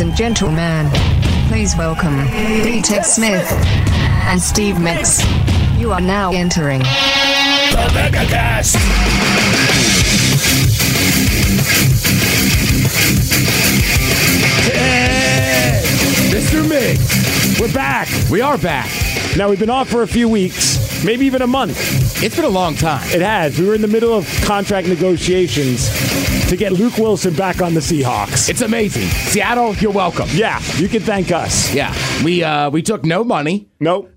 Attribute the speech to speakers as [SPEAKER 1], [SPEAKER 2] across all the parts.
[SPEAKER 1] and gentlemen, please welcome B Tech Smith and Steve Mix. You are now entering
[SPEAKER 2] The Megacast! Hey, Mr. Mix, we're back.
[SPEAKER 3] We are back.
[SPEAKER 2] Now we've been off for a few weeks, maybe even a month.
[SPEAKER 3] It's been a long time.
[SPEAKER 2] It has. We were in the middle of contract negotiations to get Luke Wilson back on the Seahawks.
[SPEAKER 3] It's amazing. Seattle, you're welcome.
[SPEAKER 2] yeah, you can thank us.
[SPEAKER 3] Yeah, we uh, we took no money.
[SPEAKER 2] Nope.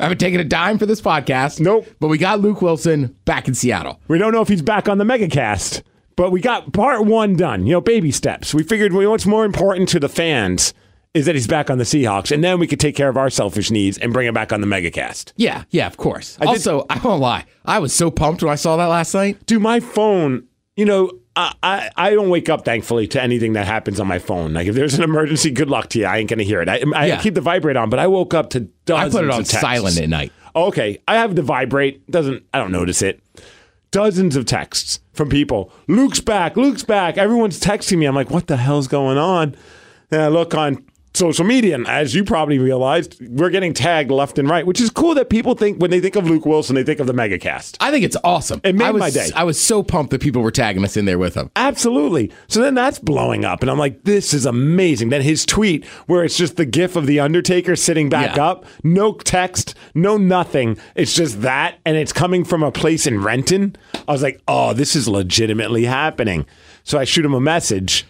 [SPEAKER 3] I haven't taken a dime for this podcast.
[SPEAKER 2] Nope.
[SPEAKER 3] But we got Luke Wilson back in Seattle.
[SPEAKER 2] We don't know if he's back on the megacast, but we got part one done. You know, baby steps. We figured well, what's more important to the fans is that he's back on the Seahawks, and then we could take care of our selfish needs and bring him back on the megacast.
[SPEAKER 3] Yeah, yeah, of course.
[SPEAKER 2] did-
[SPEAKER 3] also, I won't lie. I was so pumped when I saw that last night.
[SPEAKER 2] Dude, my phone, you know, I, I, I don't wake up, thankfully, to anything that happens on my phone. Like, if there's an emergency, good luck to you. I ain't going to hear it. I, I
[SPEAKER 3] Yeah.
[SPEAKER 2] keep the vibrate on, but I woke up to
[SPEAKER 3] I
[SPEAKER 2] dozens
[SPEAKER 3] put it
[SPEAKER 2] of
[SPEAKER 3] on
[SPEAKER 2] texts.
[SPEAKER 3] silent at night.
[SPEAKER 2] Okay, I have the vibrate. Doesn't I don't notice it. Dozens of texts from people. Luke's back. Luke's back. Everyone's texting me. I'm like, what the hell's going on? And I look on social media, and as you probably realized, we're getting tagged left and right, which is cool that people think when they think of Luke Wilson, they think of the megacast.
[SPEAKER 3] I think it's awesome.
[SPEAKER 2] It made
[SPEAKER 3] I was,
[SPEAKER 2] my day.
[SPEAKER 3] I was so pumped that people were tagging us in there with him.
[SPEAKER 2] Absolutely. So then that's blowing up, and I'm like, this is amazing. Then his tweet, where it's just the gif of the Undertaker sitting back
[SPEAKER 3] Yeah.
[SPEAKER 2] up, no text, no nothing. It's just that, and it's coming from a place in Renton. I was like, oh, this is legitimately happening. So I shoot him a message.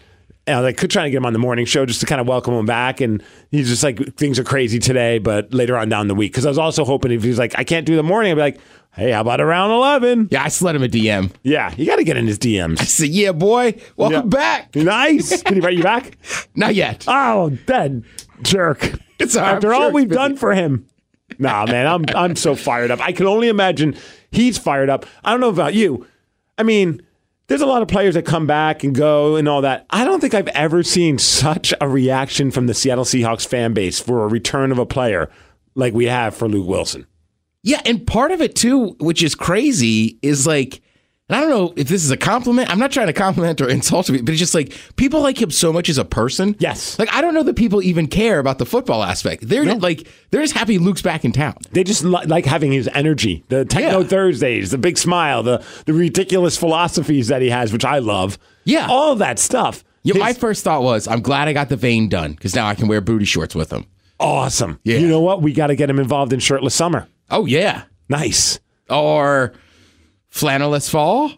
[SPEAKER 2] And I was like, trying to get him on the morning show just to kind of welcome him back. And he's just like, things are crazy today, but later on down the week. Cause I was also hoping if he's like, I can't do the morning, I'd be like, hey, how about around 11?
[SPEAKER 3] Yeah, I slid him a DM.
[SPEAKER 2] Yeah, you got to get in his DMs.
[SPEAKER 3] I said, "Yeah, boy, welcome
[SPEAKER 2] Yeah.
[SPEAKER 3] back."
[SPEAKER 2] Nice. Did he write you back?
[SPEAKER 3] Not yet.
[SPEAKER 2] Oh, that jerk.
[SPEAKER 3] It's all right.
[SPEAKER 2] After
[SPEAKER 3] I'm
[SPEAKER 2] all
[SPEAKER 3] sure
[SPEAKER 2] we've
[SPEAKER 3] it's busy.
[SPEAKER 2] done for him. Nah, man, I'm I'm so fired up. I can only imagine he's fired up. I don't know about you. I mean, there's a lot of players that come back and go and all that. I don't think I've ever seen such a reaction from the Seattle Seahawks fan base for a return of a player like we have for Luke Wilson.
[SPEAKER 3] Yeah, and part of it too, which is crazy, is like, and I don't know if this is a compliment. I'm not trying to compliment or insult him, but it's just like people like him so much as a person.
[SPEAKER 2] Yes.
[SPEAKER 3] Like I don't know that people even care about the football aspect. They're like they're just happy Luke's back in town.
[SPEAKER 2] They just li- like having his energy, the Techno
[SPEAKER 3] Yeah.
[SPEAKER 2] Thursdays, the big smile, the the ridiculous philosophies that he has, which I love.
[SPEAKER 3] Yeah.
[SPEAKER 2] all that stuff.
[SPEAKER 3] Yeah, my
[SPEAKER 2] His-
[SPEAKER 3] first thought was, I'm glad I got the vein done because now I can wear booty shorts with him.
[SPEAKER 2] awesome.
[SPEAKER 3] Yeah.
[SPEAKER 2] You know what? We got to get him involved in shirtless summer.
[SPEAKER 3] Oh yeah,
[SPEAKER 2] Nice.
[SPEAKER 3] or flannelless fall.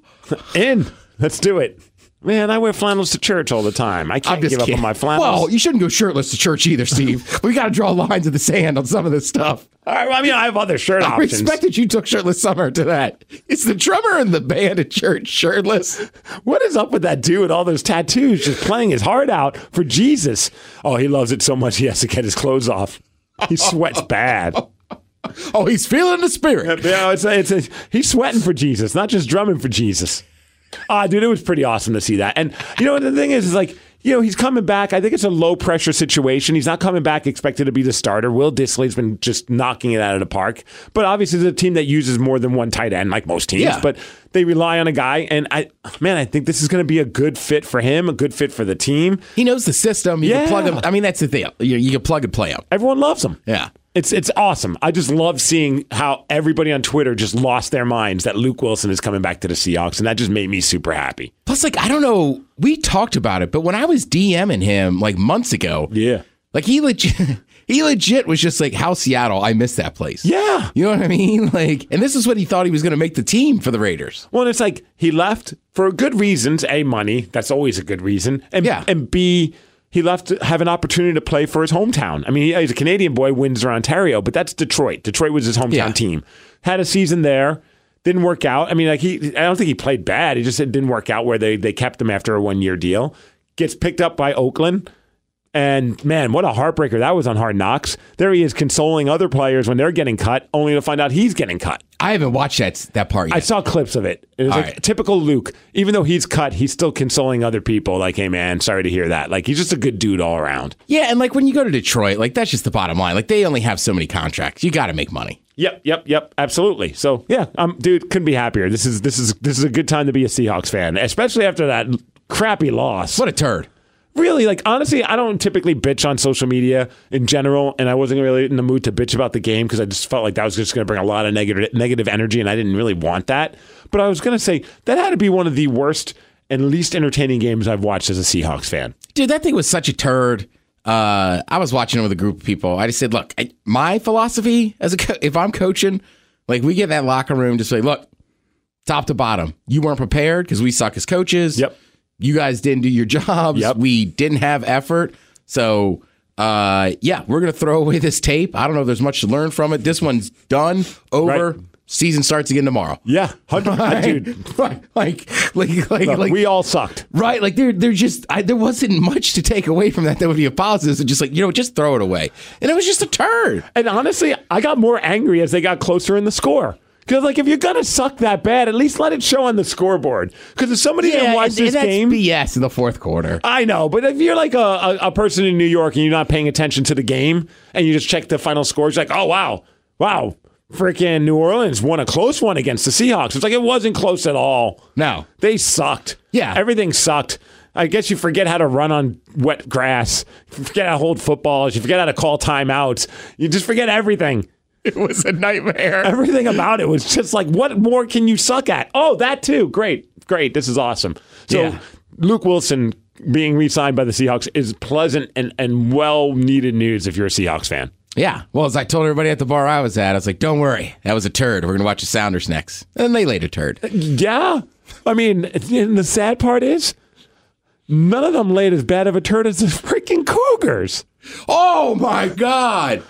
[SPEAKER 2] In. Let's do it. Man, I wear flannels to church all the time. I
[SPEAKER 3] I'm
[SPEAKER 2] can't
[SPEAKER 3] just
[SPEAKER 2] give
[SPEAKER 3] kidding.
[SPEAKER 2] up on my flannels.
[SPEAKER 3] Well, you shouldn't go shirtless to church either, Steve. we got to draw lines in the sand on some of this stuff.
[SPEAKER 2] all right, well, I mean, I have other shirt
[SPEAKER 3] I
[SPEAKER 2] options.
[SPEAKER 3] respect that you took shirtless summer to that. It's the drummer in the band at church shirtless.
[SPEAKER 2] what is up with that dude with all those tattoos just playing his heart out for Jesus? Oh, he loves it so much he has to get his clothes off. He sweats bad.
[SPEAKER 3] Oh, he's feeling the spirit.
[SPEAKER 2] Yeah, it's a, it's a, he's sweating for Jesus, not just drumming for Jesus. Ah, dude, it was pretty awesome to see that. And you know what the thing is is like, you know, he's coming back. I think it's a low pressure situation. He's not coming back expected to be the starter. Will Disley's been just knocking it out of the park. But obviously, it's a team that uses more than one tight end, like most teams.
[SPEAKER 3] Yeah.
[SPEAKER 2] But they rely on a guy, and I, man, I think this is going to be a good fit for him, a good fit for the team.
[SPEAKER 3] He knows the system. You
[SPEAKER 2] Yeah.
[SPEAKER 3] can plug him. I mean, that's the thing. You, you can plug and play him.
[SPEAKER 2] Everyone loves him.
[SPEAKER 3] Yeah.
[SPEAKER 2] It's it's awesome. I just love seeing how everybody on Twitter just lost their minds that Luke Wilson is coming back to the Seahawks, and that just made me super happy.
[SPEAKER 3] Plus, like, I don't know. We talked about it, but when I was DMing him like months ago,
[SPEAKER 2] Yeah.
[SPEAKER 3] like he legit, he legit was just like, "How Seattle? I miss that place."
[SPEAKER 2] Yeah.
[SPEAKER 3] You know what I mean? Like, and this is what he thought he was going to make the team for the Raiders.
[SPEAKER 2] Well, and it's like he left for good reasons. A money, that's always a good reason. And
[SPEAKER 3] Yeah.
[SPEAKER 2] and B, he left to have an opportunity to play for his hometown. I mean, he- he's a Canadian boy, Windsor, Ontario, but that's Detroit. Detroit was his hometown
[SPEAKER 3] Yeah.
[SPEAKER 2] team. Had a season there. Didn't work out. I mean, like he, I don't think he played bad. He just it didn't work out where they they kept him after a one year deal. Gets picked up by Oakland. And man, what a heartbreaker that was on Hard Knocks. There he is consoling other players when they're getting cut, only to find out he's getting cut.
[SPEAKER 3] I haven't watched that that part yet.
[SPEAKER 2] I saw clips of it. It was
[SPEAKER 3] All
[SPEAKER 2] like
[SPEAKER 3] right.
[SPEAKER 2] typical Luke. Even though he's cut, he's still consoling other people. Like, hey man, sorry to hear that. Like he's just a good dude all around.
[SPEAKER 3] Yeah, and like when you go to Detroit, like that's just the bottom line. Like they only have so many contracts. You got to make money.
[SPEAKER 2] Yep, yep, yep. Absolutely. So yeah, um, dude, couldn't be happier. This is this is this is a good time to be a Seahawks fan, especially after that crappy loss.
[SPEAKER 3] What a turd.
[SPEAKER 2] really like honestly i don't typically bitch on social media in general and i wasn't really in the mood to bitch about the game because i just felt like that was just going to bring a lot of negative negative energy and i didn't really want that but i was going to say that had to be one of the worst and least entertaining games i've watched as a seahawks fan
[SPEAKER 3] Dude, that thing was such a turd. Uh, I was watching it with a group of people. I just said, look, I, my philosophy as a co- if I'm coaching, like we get in that locker room, just say, look, top to bottom, you weren't prepared because we suck as coaches.
[SPEAKER 2] Yep.
[SPEAKER 3] You guys didn't do your jobs.
[SPEAKER 2] Yep.
[SPEAKER 3] We didn't have effort. So, uh, yeah, we're gonna throw away this tape. I don't know if there's much to learn from it. This one's done, over.
[SPEAKER 2] Right.
[SPEAKER 3] Season starts again tomorrow.
[SPEAKER 2] yeah 100 dude
[SPEAKER 3] like, like, like, like, like
[SPEAKER 2] we all sucked
[SPEAKER 3] Right, like there, there just I, there wasn't much to take away from that. That would be a positive. So just like you know, just throw it away, and it was just a turd.
[SPEAKER 2] And honestly, I got more angry as they got closer in the score. Because like, if you're gonna suck that bad, at least let it show on the scoreboard. Because if somebody didn't watch
[SPEAKER 3] and,
[SPEAKER 2] this
[SPEAKER 3] and that's
[SPEAKER 2] game,
[SPEAKER 3] BS in the fourth quarter.
[SPEAKER 2] I know. But if you're like a, a, a person in New York and you're not paying attention to the game and you just check the final scores, you're like, oh wow, wow, freaking New Orleans won a close one against the Seahawks. It's like it wasn't close at all.
[SPEAKER 3] No.
[SPEAKER 2] they sucked.
[SPEAKER 3] Yeah.
[SPEAKER 2] everything sucked. I guess you forget how to run on wet grass. You forget how to hold footballs. You forget how to call timeouts. You just forget everything.
[SPEAKER 3] It was a nightmare.
[SPEAKER 2] Everything about it was just like, what more can you suck at? Oh, that too. Great, great. This is awesome. So
[SPEAKER 3] Yeah.
[SPEAKER 2] Luke Wilson being re-signed by the Seahawks is pleasant and, and well-needed news if you're a Seahawks fan.
[SPEAKER 3] Yeah. Well, as I told everybody at the bar I was at, I was like, "Don't worry, that was a turd. We're gonna watch the Sounders next." And they laid a turd.
[SPEAKER 2] Yeah. I mean, and the sad part is none of them laid as bad of a turd as the freaking Cougars.
[SPEAKER 3] Oh my god.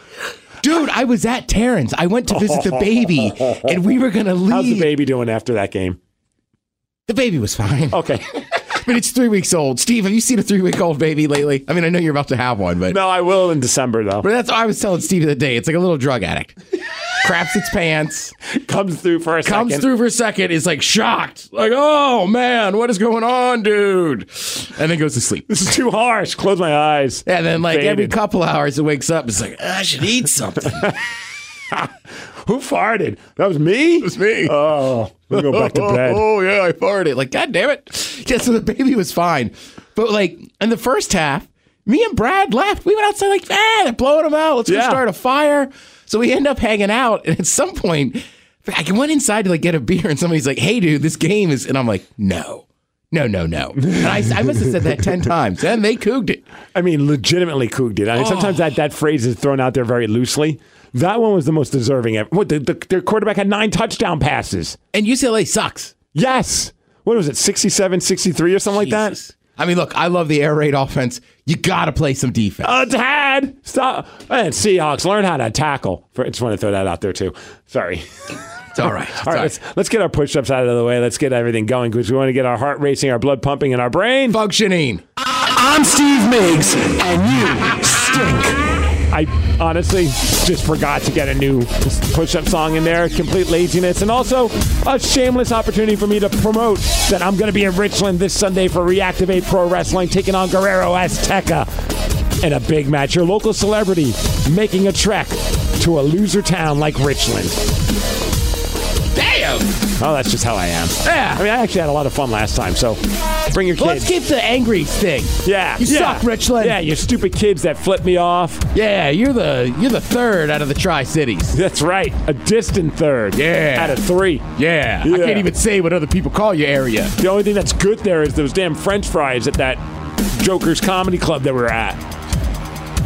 [SPEAKER 3] Dude, I was at Terrence. I went to visit the baby, and we were gonna leave.
[SPEAKER 2] How's the baby doing after that game?
[SPEAKER 3] The baby was fine.
[SPEAKER 2] Okay.
[SPEAKER 3] But it's three weeks old. Steve, have you seen a three week old baby lately? I mean, I know you're about to have one, but
[SPEAKER 2] no, I will in December though.
[SPEAKER 3] but that's what I was telling Steve the other day. It's like a little drug addict. Craps its pants,
[SPEAKER 2] Comes through for a
[SPEAKER 3] comes
[SPEAKER 2] second.
[SPEAKER 3] through for a second, is like shocked, like, oh man, what is going on, dude? And then goes to sleep.
[SPEAKER 2] This is too harsh. Close my eyes.
[SPEAKER 3] And then, like, every
[SPEAKER 2] Faded.
[SPEAKER 3] couple hours, it wakes up. It's like, I should eat something.
[SPEAKER 2] Who farted? That was me? It was
[SPEAKER 3] me.
[SPEAKER 2] Oh, we'll go back to
[SPEAKER 3] oh,
[SPEAKER 2] bed.
[SPEAKER 3] oh, yeah, I farted. Like, god damn it. Yeah, so the baby was fine. But like in the first half, me and Brad left. We went outside like, ah, they're blowing them out. Let's go
[SPEAKER 2] Yeah.
[SPEAKER 3] start a fire. So we end up hanging out. And at some point, I went inside to like get a beer, and somebody's like, hey dude, this game is and I'm like, no. No, no, no. And I, I must have said that 10 times. And they cooked it.
[SPEAKER 2] I mean, legitimately cooged it. I mean, sometimes that, that phrase is thrown out there very loosely. That one was the most deserving ever. What, the, the, their quarterback had nine touchdown passes.
[SPEAKER 3] And UCLA sucks.
[SPEAKER 2] Yes. What was it, 67, 63 or something like that?
[SPEAKER 3] Jesus. I mean, look, I love the air raid offense. You got to play some defense.
[SPEAKER 2] A tad. Stop. And Seahawks, learn how to tackle. For, just want to throw that out there, too. Sorry.
[SPEAKER 3] it's all right. It's
[SPEAKER 2] All right,
[SPEAKER 3] all right.
[SPEAKER 2] let's, let's get our push ups out of the way. Let's get everything going because we want to get our heart racing, our blood pumping, and our brain.
[SPEAKER 3] Functioning.
[SPEAKER 4] I'm Steve Miggs, and you stink.
[SPEAKER 2] I honestly just forgot to get a new push up song in there. Complete laziness. And also a shameless opportunity for me to promote that I'm going to be in Richland this Sunday for Reactivate Pro Wrestling, taking on Guerrero Azteca. In a big match, your local celebrity making a trek to a loser town like Richland.
[SPEAKER 3] Damn.
[SPEAKER 2] Oh, that's just how I am.
[SPEAKER 3] Yeah.
[SPEAKER 2] I mean, I actually had a lot of fun last time, so bring your kids.
[SPEAKER 3] Let's keep the angry thing.
[SPEAKER 2] Yeah.
[SPEAKER 3] You
[SPEAKER 2] yeah.
[SPEAKER 3] suck, Richland.
[SPEAKER 2] Yeah, you stupid kids that flip me off.
[SPEAKER 3] Yeah, you're the you're the third out of the Tri Cities.
[SPEAKER 2] That's right. A distant third.
[SPEAKER 3] Yeah.
[SPEAKER 2] Out of three.
[SPEAKER 3] Yeah,
[SPEAKER 2] Yeah.
[SPEAKER 3] I can't even say what other people call your area.
[SPEAKER 2] The only thing that's good there is those damn french fries at that Joker's Comedy Club that we were at.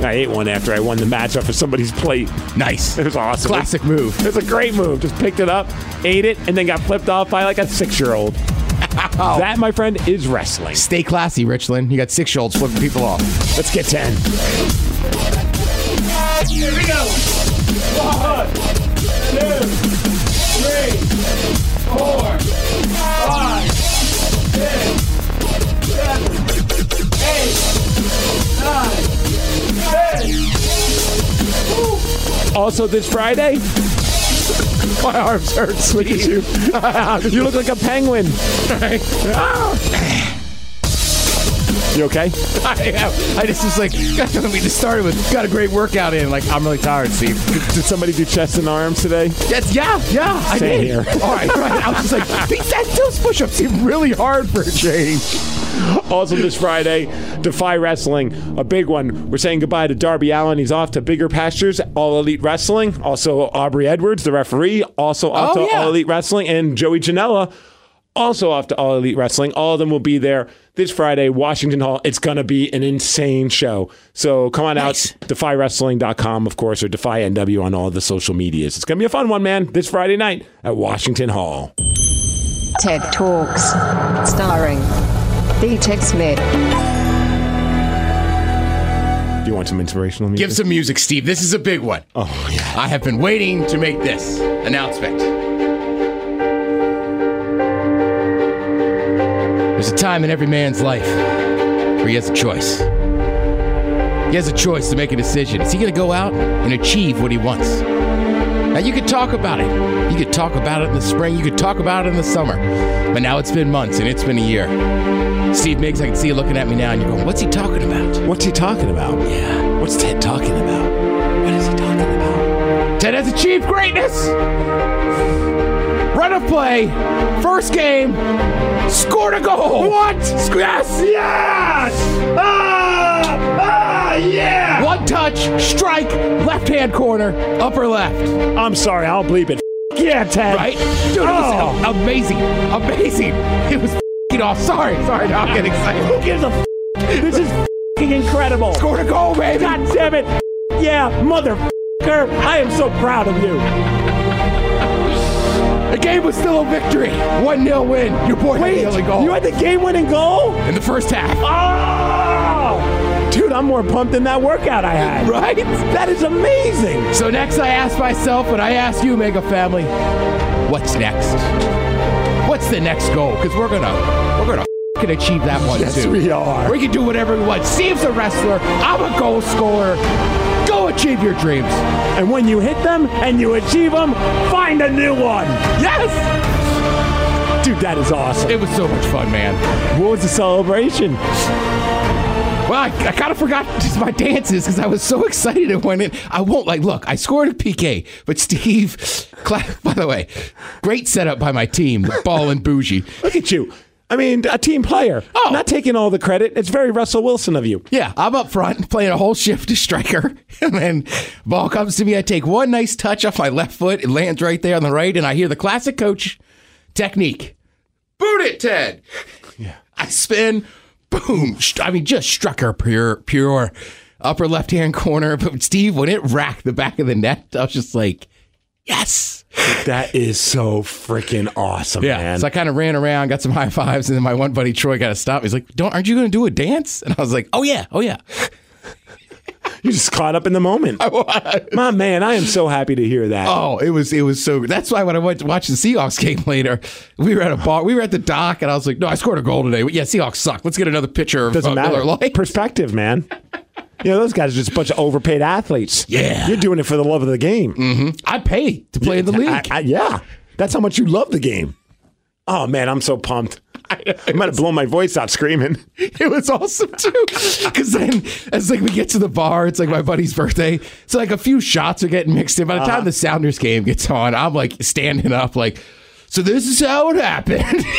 [SPEAKER 2] I ate one after I won the match off of somebody's plate.
[SPEAKER 3] Nice.
[SPEAKER 2] It was awesome.
[SPEAKER 3] Classic move.
[SPEAKER 2] It's a great move. Just picked it up, ate it, and then got flipped off by like a six year old. That, my friend, is wrestling.
[SPEAKER 3] Stay classy, Richland. You got six year olds flipping people off.
[SPEAKER 2] Let's get 10. Here we go. One, two, three, four, five, six, seven, eight, nine, ten. Also, this Friday, my arms hurt. Look at you. you look like a penguin. You okay?
[SPEAKER 3] I, am. I just was like, God, we just started with got a great workout in. Like, I'm really tired, Steve.
[SPEAKER 2] Did, did somebody do chest and arms today?
[SPEAKER 3] That's yeah, yeah. I
[SPEAKER 2] Same
[SPEAKER 3] did.
[SPEAKER 2] here.
[SPEAKER 3] All right, right. I was just like, these, that, those push-ups seem really hard for a change.
[SPEAKER 2] Also, this Friday, Defy Wrestling, a big one. We're saying goodbye to Darby Allen. He's off to bigger pastures. All Elite Wrestling. Also, Aubrey Edwards, the referee, also off
[SPEAKER 3] Oh,
[SPEAKER 2] to
[SPEAKER 3] yeah.
[SPEAKER 2] All Elite Wrestling, and Joey Janela, also off to All Elite Wrestling. All of them will be there this Friday, Washington Hall. It's going to be an insane show. So come on
[SPEAKER 3] Nice.
[SPEAKER 2] out, defywrestling.com, of course, or Defy NW on all the social medias. It's going to be a fun one, man, this Friday night at Washington Hall.
[SPEAKER 1] TED Talks. Starring B Tech Smith.
[SPEAKER 2] Do you want some inspirational music?
[SPEAKER 3] Give some music, Steve. This is a big one.
[SPEAKER 2] oh, yeah.
[SPEAKER 3] I have been waiting to make this announcement. There's a time in every man's life where he has a choice. He has a choice to make a decision. Is he going to go out and achieve what he wants? Now, you could talk about it. You could talk about it in the spring. You could talk about it in the summer. But now it's been months and it's been a year. Steve Miggs, I can see you looking at me now and you're going, what's he talking about?
[SPEAKER 2] What's he talking about?
[SPEAKER 3] Yeah.
[SPEAKER 2] What's Ted talking about? What is he talking about?
[SPEAKER 3] Ted has achieved greatness. Run of play, first game, scored a goal. What? Yes, yes. Ah, ah, yeah. One touch, strike, left hand corner, upper left,
[SPEAKER 2] I'm sorry, I'll bleep it. F- Yeah, Ted.
[SPEAKER 3] right? Dude, it was
[SPEAKER 2] Oh.
[SPEAKER 3] a- amazing, amazing. It was f***ing off. Sorry, sorry, now I'm getting excited.
[SPEAKER 2] Who gives a f-? This is f***ing incredible.
[SPEAKER 3] Scored a goal, baby.
[SPEAKER 2] God damn it. F- Yeah, motherfucker. I am so proud of you.
[SPEAKER 3] The game was still a victory. 1 0 win. Your boy
[SPEAKER 2] Wait,
[SPEAKER 3] had the only goal
[SPEAKER 2] you had the game-winning goal?
[SPEAKER 3] in the first half.
[SPEAKER 2] Oh! Dude, I'm more pumped than that workout I had.
[SPEAKER 3] Right?
[SPEAKER 2] That is amazing.
[SPEAKER 3] So next I ask myself and I ask you, Mega Family, what's next? What's the next goal? Because we're gonna we're gonna can achieve that one too.
[SPEAKER 2] we are.
[SPEAKER 3] We can do whatever we want. Steve's a wrestler, I'm a goal scorer. Go achieve your dreams.
[SPEAKER 2] And when you hit them and you achieve them, find a new one.
[SPEAKER 3] Yes!
[SPEAKER 2] Dude, that is awesome.
[SPEAKER 3] It was so much fun, man.
[SPEAKER 2] What was the celebration?
[SPEAKER 3] Well, I, I kind of forgot just my dances because I was so excited it went in. I won't like look. I scored a PK, but Steve, cla- by the way, great setup by my team, Ball and Bougie.
[SPEAKER 2] Look at you. I mean, a team player.
[SPEAKER 3] Oh.
[SPEAKER 2] Not taking all the credit. It's very Russell Wilson of you.
[SPEAKER 3] Yeah, I'm up front playing a whole shift to striker, and then ball comes to me. I take one nice touch off my left foot, it lands right there on the right, and I hear the classic coach technique: "Boot it, Ted." I spin, boom! Sh- I mean, just struck her pure, pure upper left hand corner. But Steve, when it racked the back of the net, I was just like, "Yes!"
[SPEAKER 2] That is so freaking awesome, man.
[SPEAKER 3] So I kind of ran around, got some high fives, and then my one buddy Troy got to stop. He's like, "Don't? Aren't you going to do a dance?" And I was like, "Oh yeah, oh yeah."
[SPEAKER 2] You're just caught up in the moment. My man, I am so happy to hear that.
[SPEAKER 3] Oh, it was it was so. That's why when I went to watch the Seahawks game later, we were at a bar, we were at the dock, and I was like, "No, I scored a goal today." Yeah, Seahawks suck. Let's get another picture of
[SPEAKER 2] Doesn't
[SPEAKER 3] uh,
[SPEAKER 2] matter.
[SPEAKER 3] Miller Lite.
[SPEAKER 2] Perspective, man. You know, those guys are just a bunch of overpaid athletes.
[SPEAKER 3] Yeah. Mm-hmm.
[SPEAKER 2] You're doing it for the love of the game.
[SPEAKER 3] I pay to play in the league.
[SPEAKER 2] I- I- yeah. That's how much you love the game. Oh, man, I'm so pumped. I might have blown my voice out screaming.
[SPEAKER 3] it was awesome too. Because then, as like we get to the bar, it's like my buddy's birthday. So like a few shots are getting mixed in. By the
[SPEAKER 2] Uh-huh.
[SPEAKER 3] time the Sounders game gets on, I'm like standing up, like, so this is how it happened.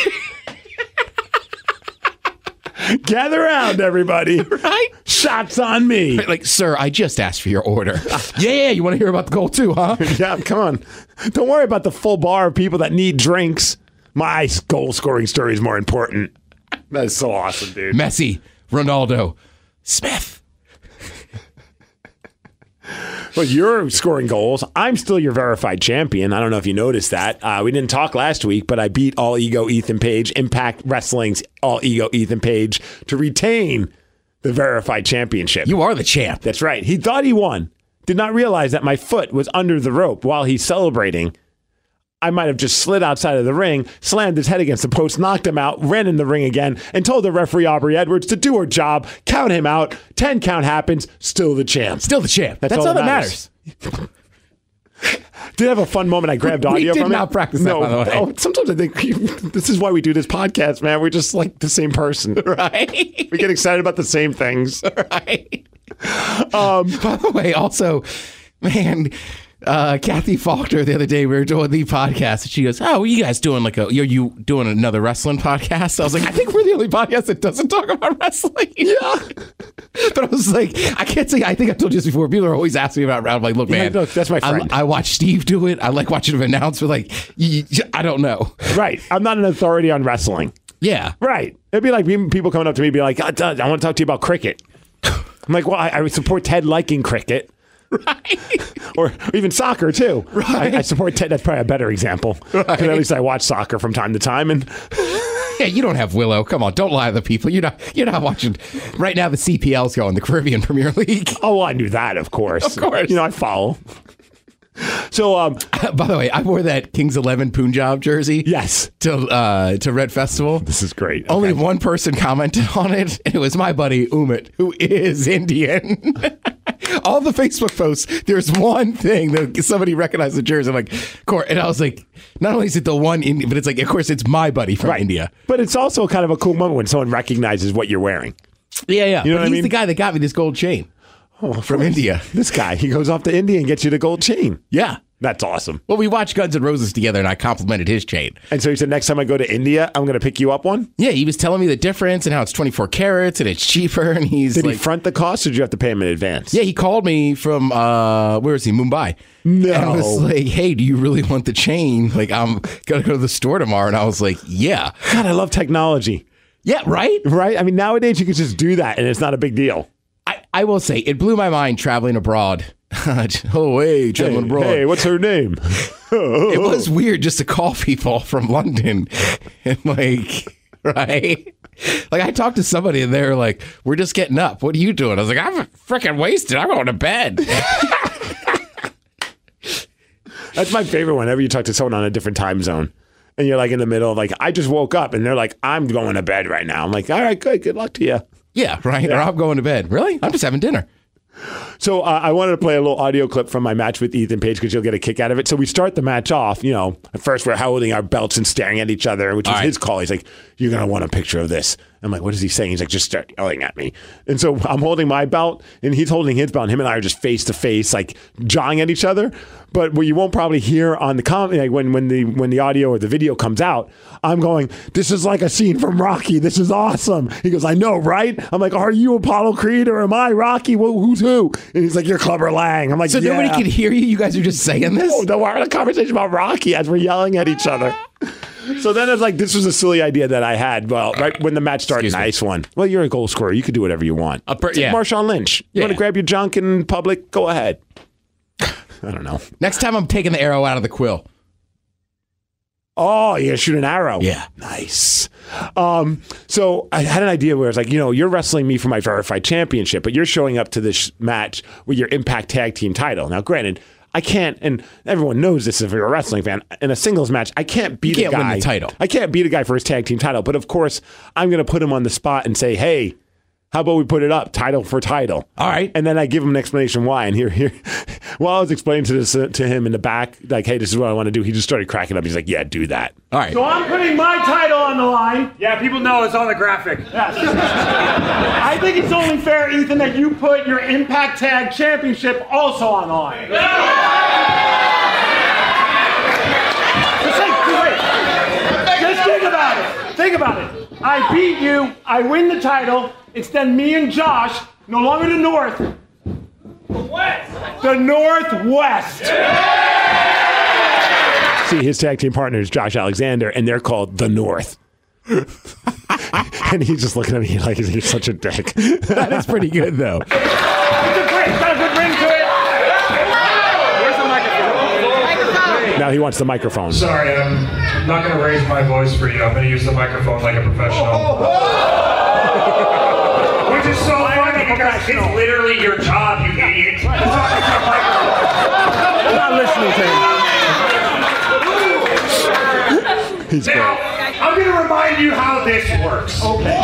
[SPEAKER 2] Gather around, everybody. right? Shots on me.
[SPEAKER 3] like, sir, I just asked for your order. yeah, yeah, you want to hear about the goal too, huh?
[SPEAKER 2] yeah, come on. Don't worry about the full bar of people that need drinks. My goal scoring story is more important. That is so awesome, dude.
[SPEAKER 3] Messi, Ronaldo, Smith.
[SPEAKER 2] But you're scoring goals. I'm still your verified champion. I don't know if you noticed that. Uh, we didn't talk last week, but I beat All Ego Ethan Page, Impact Wrestling's All Ego Ethan Page, to retain the verified championship.
[SPEAKER 3] You are the champ.
[SPEAKER 2] That's right. He thought he won. Did not realize that my foot was under the rope while he's celebrating. I might have just slid outside of the ring, slammed his head against the post, knocked him out, ran in the ring again, and told the referee Aubrey Edwards to do her job, count him out. 10 count happens, still the champ.
[SPEAKER 3] Still the champ. That's, all, that matters.
[SPEAKER 2] Did have a fun moment. I grabbed
[SPEAKER 3] We
[SPEAKER 2] audio
[SPEAKER 3] did
[SPEAKER 2] from
[SPEAKER 3] not
[SPEAKER 2] it.
[SPEAKER 3] practice that,
[SPEAKER 2] no,
[SPEAKER 3] by the way.
[SPEAKER 2] Oh, sometimes I think this is why we do this podcast, man. We're just like the same person.
[SPEAKER 3] right?
[SPEAKER 2] We get excited about the same things.
[SPEAKER 3] right. Um, by the way, also, man, uh, Kathy Faulkner the other day we were doing the podcast, and she goes, "Oh, you guys doing like a? Are you doing another wrestling podcast?" I was like, "I think we're the only podcast that doesn't talk about wrestling." Yeah, but I was like, I can't say. I think I told you this before. People are always asking me about. I'm like, look,
[SPEAKER 2] Yeah,
[SPEAKER 3] man,
[SPEAKER 2] no, that's my
[SPEAKER 3] I-
[SPEAKER 2] friend.
[SPEAKER 3] I, watch Steve do it. I like watching him announce, but like, y- y- I don't know.
[SPEAKER 2] Right. I'm not an authority on wrestling.
[SPEAKER 3] Yeah,
[SPEAKER 2] Right. It'd be like me- people coming up to me be like, I, I want to talk to you about cricket. I'm like, well, I, I support Ted liking cricket. Right. or, or even soccer, too. Right. I, I support Ted. That's probably a better example. 'Cause At least I watch soccer from time to time. And
[SPEAKER 3] Yeah, you don't have Willow. Come on, don't lie to the people. You're not you're not watching right now the CPL's going, the Caribbean Premier League.
[SPEAKER 2] Oh, well, I knew that, of course.
[SPEAKER 3] Of course.
[SPEAKER 2] You know, I follow. So, um,
[SPEAKER 3] By the way, I wore that Kings Eleven Punjab jersey.
[SPEAKER 2] yes,
[SPEAKER 3] To uh to Red Festival.
[SPEAKER 2] this is great.
[SPEAKER 3] Only
[SPEAKER 2] Okay.
[SPEAKER 3] one person commented on it, and it was my buddy Umit, who is Indian. All the Facebook posts, there's one thing that somebody recognized the jersey. I'm like, "Cor-" and I was like, not only is it the one Indian, but it's like, of course, it's my buddy from India.
[SPEAKER 2] But it's also kind of a cool moment when someone recognizes what you're wearing.
[SPEAKER 3] Yeah, yeah.
[SPEAKER 2] You know
[SPEAKER 3] But
[SPEAKER 2] what I
[SPEAKER 3] he's
[SPEAKER 2] mean? Oh,
[SPEAKER 3] the guy that got me this gold chain from India.
[SPEAKER 2] This guy, he goes off to India and gets you the gold chain.
[SPEAKER 3] Yeah.
[SPEAKER 2] That's awesome.
[SPEAKER 3] Well, we watched Guns N' Roses together, and I complimented his chain.
[SPEAKER 2] And so he said, next time I go to India, I'm going to pick you up one.
[SPEAKER 3] Yeah, he was telling me the difference and how it's 24 carats and it's cheaper. And he's
[SPEAKER 2] Did
[SPEAKER 3] like,
[SPEAKER 2] he front the cost or did you have to pay him in advance?
[SPEAKER 3] yeah, he called me from uh, where is he? Mumbai.
[SPEAKER 2] No.
[SPEAKER 3] And I was like, hey, do you really want the chain? Like, I'm gonna go to the store tomorrow. And I was like, yeah,
[SPEAKER 2] God, I love technology.
[SPEAKER 3] yeah, right.
[SPEAKER 2] Right? I mean, nowadays you can just do that and it's not a big deal.
[SPEAKER 3] I, I will say it blew my mind traveling abroad. oh, hey, traveling abroad.
[SPEAKER 2] Hey, what's her name?
[SPEAKER 3] It
[SPEAKER 2] Oh.
[SPEAKER 3] was weird just to call people from London and like, right? Like I talked to somebody and they were like, "We're just getting up. What are you doing?" I was like, "I'm freaking wasted. I'm going to bed."
[SPEAKER 2] That's my favorite one. Whenever you talk to someone on a different time zone and you're like in the middle of like, I just woke up and they're like, I'm going to bed right now. I'm like, all right, good. Good luck to you.
[SPEAKER 3] yeah, right. Or I'm going to bed. Really? I'm just having dinner.
[SPEAKER 2] So uh, I wanted to play a little audio clip from my match with Ethan Page because you'll get a kick out of it. So we start the match off, you know, at first we're holding our belts and staring at each other, which is
[SPEAKER 3] All right.
[SPEAKER 2] his call. He's like, you're going to want a picture of this. I'm like, what is he saying? He's like, just start yelling at me. And so I'm holding my belt and he's holding his belt and him and I are just face to face, like jawing at each other. But what you won't probably hear on the com- like when, when the when the audio or the video comes out, I'm going, this is like a scene from Rocky. This is awesome. He goes, I know, right? I'm like, are you Apollo Creed or am I Rocky? Well, who's who? And he's like, you're Clubber Lang. I'm like,
[SPEAKER 3] So
[SPEAKER 2] yeah.
[SPEAKER 3] nobody can hear you. You guys are just saying this.
[SPEAKER 2] Oh, no, we're having a conversation about Rocky as we're yelling at each other. So then it's like, this was a silly idea that I had. Well, right when the match started,
[SPEAKER 3] Excuse me.
[SPEAKER 2] nice one. Well, you're a goal scorer. You could do whatever you want.
[SPEAKER 3] A per-
[SPEAKER 2] It's like
[SPEAKER 3] yeah.
[SPEAKER 2] Marshawn Lynch. You
[SPEAKER 3] Yeah.
[SPEAKER 2] want to grab your junk in public? Go ahead. I don't know.
[SPEAKER 3] Next time, I'm taking the arrow out of the quill.
[SPEAKER 2] Oh, you're gonna shoot an arrow.
[SPEAKER 3] Yeah.
[SPEAKER 2] Nice. Um, so I had an idea where it's like, you know, you're wrestling me for my verified championship, but you're showing up to this match with your impact tag team title. Now, granted, I can't, and everyone knows this if you're a wrestling fan, in a singles match, I can't beat
[SPEAKER 3] can't
[SPEAKER 2] a
[SPEAKER 3] win
[SPEAKER 2] guy.
[SPEAKER 3] the title.
[SPEAKER 2] I can't beat a guy for his tag team title. But of course, I'm gonna put him on the spot and say, hey, how about we put it up title for title?
[SPEAKER 3] All right.
[SPEAKER 2] And then I give him an explanation why. And here, here, while I was explaining to this uh, to him in the back, like, hey, this is what I want to do. He just started cracking up. He's like, yeah, do that.
[SPEAKER 3] All right.
[SPEAKER 5] So I'm putting my title on the line.
[SPEAKER 6] Yeah, people know it's on the graphic.
[SPEAKER 5] I think it's only fair, Ethan, that you put your Impact Tag Championship also on the line. Just think, just think. Just think about it. Think about it. I beat you. I win the title. It's then me and Josh, no longer the North. The Northwest.
[SPEAKER 2] See, his tag team partner is Josh Alexander, and they're called the North. and he's just looking at me like he's, he's such a dick.
[SPEAKER 3] That is pretty good though.
[SPEAKER 5] It's a great, it's got a good ring to it.
[SPEAKER 6] Where's the microphone?
[SPEAKER 2] now he wants the microphone.
[SPEAKER 6] Sorry, I'm not gonna raise my voice for you. I'm gonna use the microphone like a
[SPEAKER 5] Oh,
[SPEAKER 6] professional. Which is so funny because it's literally your job, you idiot.
[SPEAKER 5] I'm not listening to him.
[SPEAKER 2] He's
[SPEAKER 6] Now, I'm gonna remind you how this works. Okay.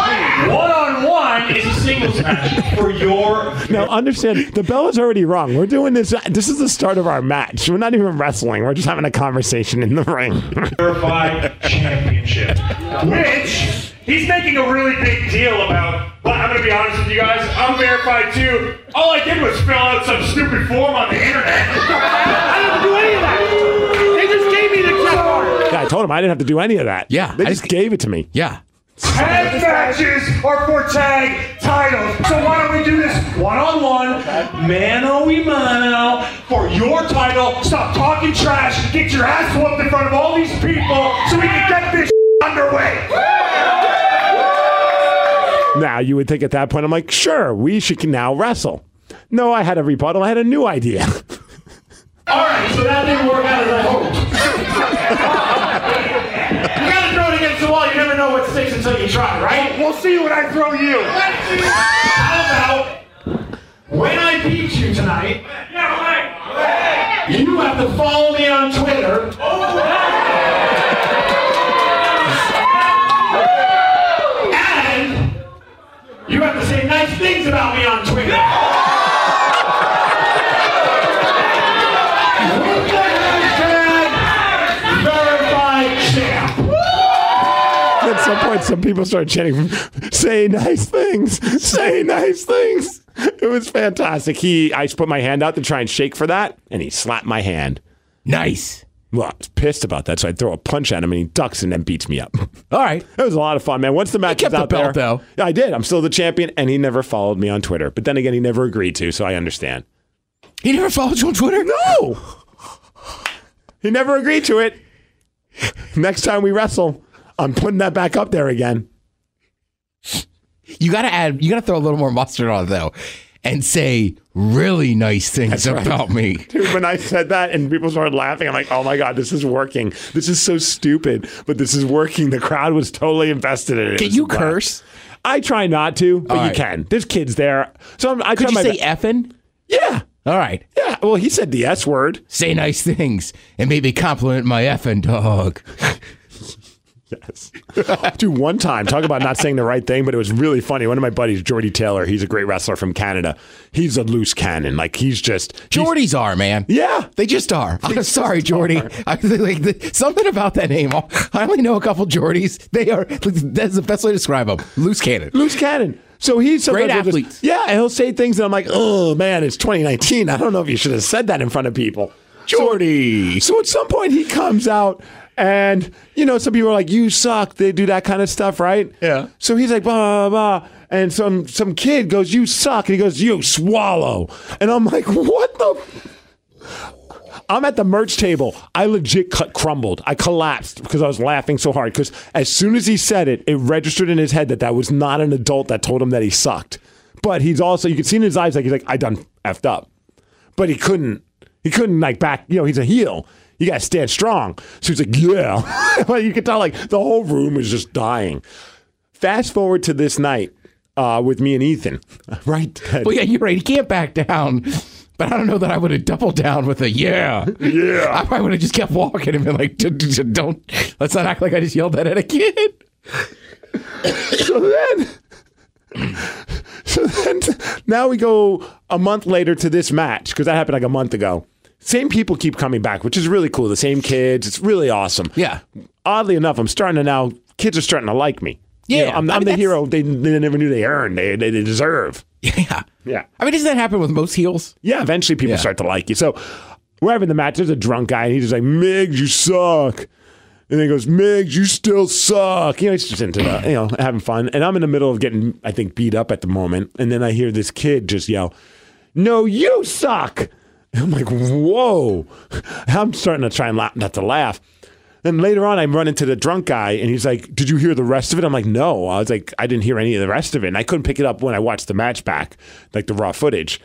[SPEAKER 6] One on round one is a singles match for your.
[SPEAKER 2] Now understand, the bell is already rung. We're doing this. This is the start of our match. We're not even wrestling. We're just having a conversation in the ring.
[SPEAKER 6] Unified Championship, which he's making a really big deal about. But I'm gonna be honest with you guys, I'm verified too. All I did was fill out some stupid form on the internet.
[SPEAKER 5] I didn't do any of that. They just gave me the check mark.
[SPEAKER 2] Yeah, I told him I didn't have to do any of that.
[SPEAKER 3] Yeah,
[SPEAKER 2] they
[SPEAKER 3] I
[SPEAKER 2] just
[SPEAKER 3] just-
[SPEAKER 2] gave it to me.
[SPEAKER 3] Yeah.
[SPEAKER 6] Tag matches are for tag titles. So why don't we do this oh, one on one, mano y mano, for your title? Stop talking trash, get your ass whooped in front of all these people so we can get this underway.
[SPEAKER 2] Now you would think at that point I'm like, sure, we should can now wrestle. No, I had a rebuttal. I had a new idea.
[SPEAKER 6] Alright, so that didn't work out as I hoped. you gotta throw it against the wall, you never know what sticks until you try, right? We'll see when I throw you. How about when I beat you tonight, you have to follow me on Twitter. and you have to say nice things about me on Twitter. With the hashtag verified champ.
[SPEAKER 2] at some point, some people started chanting, "Say nice things, say nice things." It was fantastic. He, I just put my hand out to try and shake for that, and he slapped my hand.
[SPEAKER 3] Nice.
[SPEAKER 2] Well, I was pissed about that, so I throw a punch at him, and he ducks and then beats me up.
[SPEAKER 3] All right.
[SPEAKER 2] It was a lot of fun, man. Once the match
[SPEAKER 3] kept
[SPEAKER 2] was
[SPEAKER 3] the
[SPEAKER 2] out
[SPEAKER 3] belt,
[SPEAKER 2] there,
[SPEAKER 3] though.
[SPEAKER 2] Yeah, I did. I'm still the champion, and he never followed me on Twitter. But then again, he never agreed to, so I understand.
[SPEAKER 3] He never followed you on Twitter?
[SPEAKER 2] No, he never agreed to it. Next time we wrestle, I'm putting that back up there again.
[SPEAKER 3] You gotta add you gotta throw a little more mustard on it though. And say really nice things about me.
[SPEAKER 2] Dude, when I said that and people started laughing, I'm like, oh my God, this is working. This is so stupid, but this is working. The crowd was totally invested in it. It
[SPEAKER 3] Can
[SPEAKER 2] was
[SPEAKER 3] you
[SPEAKER 2] a blast.
[SPEAKER 3] curse?
[SPEAKER 2] I try not to, but
[SPEAKER 3] All
[SPEAKER 2] you
[SPEAKER 3] right.
[SPEAKER 2] can. There's kids there. So I'm, I
[SPEAKER 3] Could
[SPEAKER 2] try
[SPEAKER 3] you
[SPEAKER 2] my
[SPEAKER 3] say e?
[SPEAKER 2] be-
[SPEAKER 3] effing?
[SPEAKER 2] Yeah.
[SPEAKER 3] All right.
[SPEAKER 2] Yeah. Well, he said the S word.
[SPEAKER 3] Say nice things and maybe compliment my effing dog.
[SPEAKER 2] Dude, one time, talk about not saying the right thing, but it was really funny. One of my buddies, Jordy Taylor, he's a great wrestler from Canada. He's a loose cannon. Like, he's just. he's-
[SPEAKER 3] Jordies are, man.
[SPEAKER 2] yeah.
[SPEAKER 3] They just are. I'm sorry, Jordy. I, like, the, something about that name. I only know a couple Jordies. They are. That's the best way to describe them. Loose cannon.
[SPEAKER 2] Loose cannon. So he's
[SPEAKER 3] Great athletes.
[SPEAKER 2] yeah, and he'll say things that I'm like, oh man, it's 2019. I don't know if you should have said that in front of people.
[SPEAKER 3] Jordy.
[SPEAKER 2] So at some point he comes out and you know, some people are like, You suck. They do that kind of stuff, right?
[SPEAKER 3] Yeah.
[SPEAKER 2] So he's like, blah blah blah. And some some kid goes, You suck. And he goes, You swallow. And I'm like, What the I'm at the merch table. I legit cut, crumbled. I collapsed because I was laughing so hard. Because as soon as he said it, it registered in his head that that was not an adult that told him that he sucked. But he's also you can see in his eyes like he's like I done effed up, but he couldn't. He couldn't like back. You know he's a heel. You gotta stand strong. So he's like yeah. but you could tell like the whole room is just dying. Fast forward to this night uh, with me and Ethan. Right. Ted?
[SPEAKER 3] Well, yeah, you're right. He can't back down. But I don't know that I would have doubled down with a yeah. Yeah. I probably would have just kept walking and been like, "D- d- d- don't, let's not act like I just yelled that at a kid.
[SPEAKER 2] so then, so then, now we go a month later to this match because that happened like a month ago. Same people keep coming back, which is really cool. The same kids. It's really awesome.
[SPEAKER 3] Yeah.
[SPEAKER 2] Oddly enough, I'm starting to now, kids are starting to like me. You
[SPEAKER 3] Yeah.
[SPEAKER 2] know, I'm,
[SPEAKER 3] I mean,
[SPEAKER 2] I'm the
[SPEAKER 3] that's-
[SPEAKER 2] hero they, they never knew they earned, they, they they deserve.
[SPEAKER 3] Yeah.
[SPEAKER 2] Yeah.
[SPEAKER 3] I mean, doesn't that happen with most heels?
[SPEAKER 2] Yeah, eventually people
[SPEAKER 3] Yeah.
[SPEAKER 2] start to like you. So we're having the match. There's a drunk guy, and he's just like, Migs, you suck. And then he goes, Migs, you still suck. You know, he's just into the, you know, having fun. And I'm in the middle of getting, I think, beat up at the moment. And then I hear this kid just yell, No, you suck. And I'm like, Whoa. I'm starting to try and laugh, not to laugh. Then later on, I run into the drunk guy, and he's like, "Did you hear the rest of it?" I'm like, "No." I was like, "I didn't hear any of the rest of it." And I couldn't pick it up when I watched the match back, like the raw footage.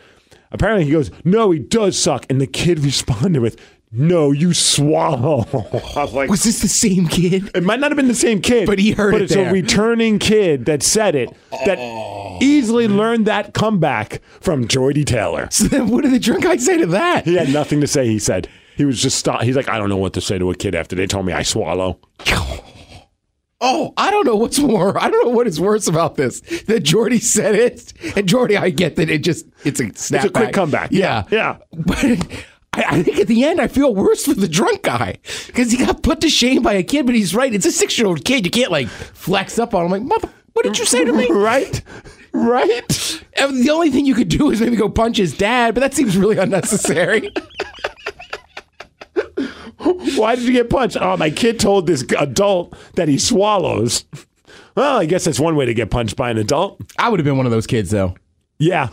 [SPEAKER 2] Apparently, he goes, "No, he does suck," and the kid responded with, "No, you swallow." I was like,
[SPEAKER 3] Was this the same kid?
[SPEAKER 2] it might not have been the same kid,
[SPEAKER 3] But he heard
[SPEAKER 2] But
[SPEAKER 3] it
[SPEAKER 2] it's a
[SPEAKER 3] there. Oh.
[SPEAKER 2] returning kid that said it that easily learned that comeback from Jordy Taylor.
[SPEAKER 3] So then what did the drunk guy say to that?
[SPEAKER 2] He had nothing to say. He said he was just stop. He's like, "I don't know what to say to a kid after they told me I swallow."
[SPEAKER 3] Oh, I don't know what's more. I don't know what is worse about this. That Jordy said it, and Jordy, I get that it just it's a snapback.
[SPEAKER 2] quick comeback.
[SPEAKER 3] Yeah,
[SPEAKER 2] Yeah.
[SPEAKER 3] But I, I think at the end, I feel worse for the drunk guy because he got put to shame by a kid. But he's right; it's a six-year-old kid. You can't like flex up on him. Like, mother, what did you say to me?
[SPEAKER 2] right? Right?
[SPEAKER 3] And The only thing you could do is maybe go punch his dad, but that seems really unnecessary.
[SPEAKER 2] Why did you get punched? Oh, my kid told this g- adult that he swallows. Well, I guess that's one way to get punched by an adult.
[SPEAKER 3] I would have been one of those kids though.
[SPEAKER 2] Yeah.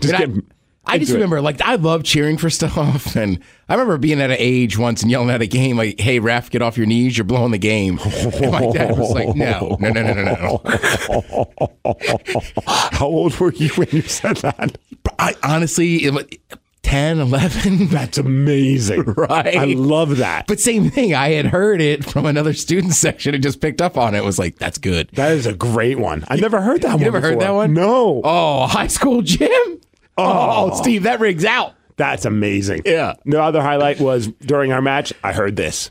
[SPEAKER 2] Just
[SPEAKER 3] And
[SPEAKER 2] get-
[SPEAKER 3] I, I just
[SPEAKER 2] into it.
[SPEAKER 3] remember, like, I love cheering for stuff, and I remember being at an age once and yelling at a game, like, "Hey, ref, get off your knees! You're blowing the game." And my dad was like, "No, no, no, no, no, no."
[SPEAKER 2] How old were you when you said that?
[SPEAKER 3] I honestly, it was 10, 11.
[SPEAKER 2] That's amazing.
[SPEAKER 3] Right.
[SPEAKER 2] I love that.
[SPEAKER 3] But same thing, I had heard it from another student section and just picked up on it. Was like, "That's good."
[SPEAKER 2] that is a great one. I never heard that one.
[SPEAKER 3] You never heard
[SPEAKER 2] before.
[SPEAKER 3] that one?
[SPEAKER 2] No.
[SPEAKER 3] Oh, high school gym. Oh, Steve, that rings out.
[SPEAKER 2] That's amazing.
[SPEAKER 3] Yeah.
[SPEAKER 2] No other highlight was during our match, I heard this.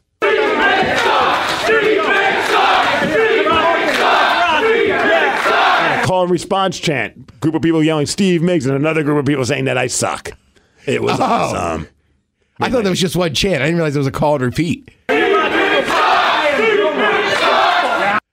[SPEAKER 2] Call and response chant. Group of people yelling Steve Miggs and another group of people saying that I suck. It was awesome.
[SPEAKER 3] I thought that was just one chant. I didn't realize it was a call to repeat.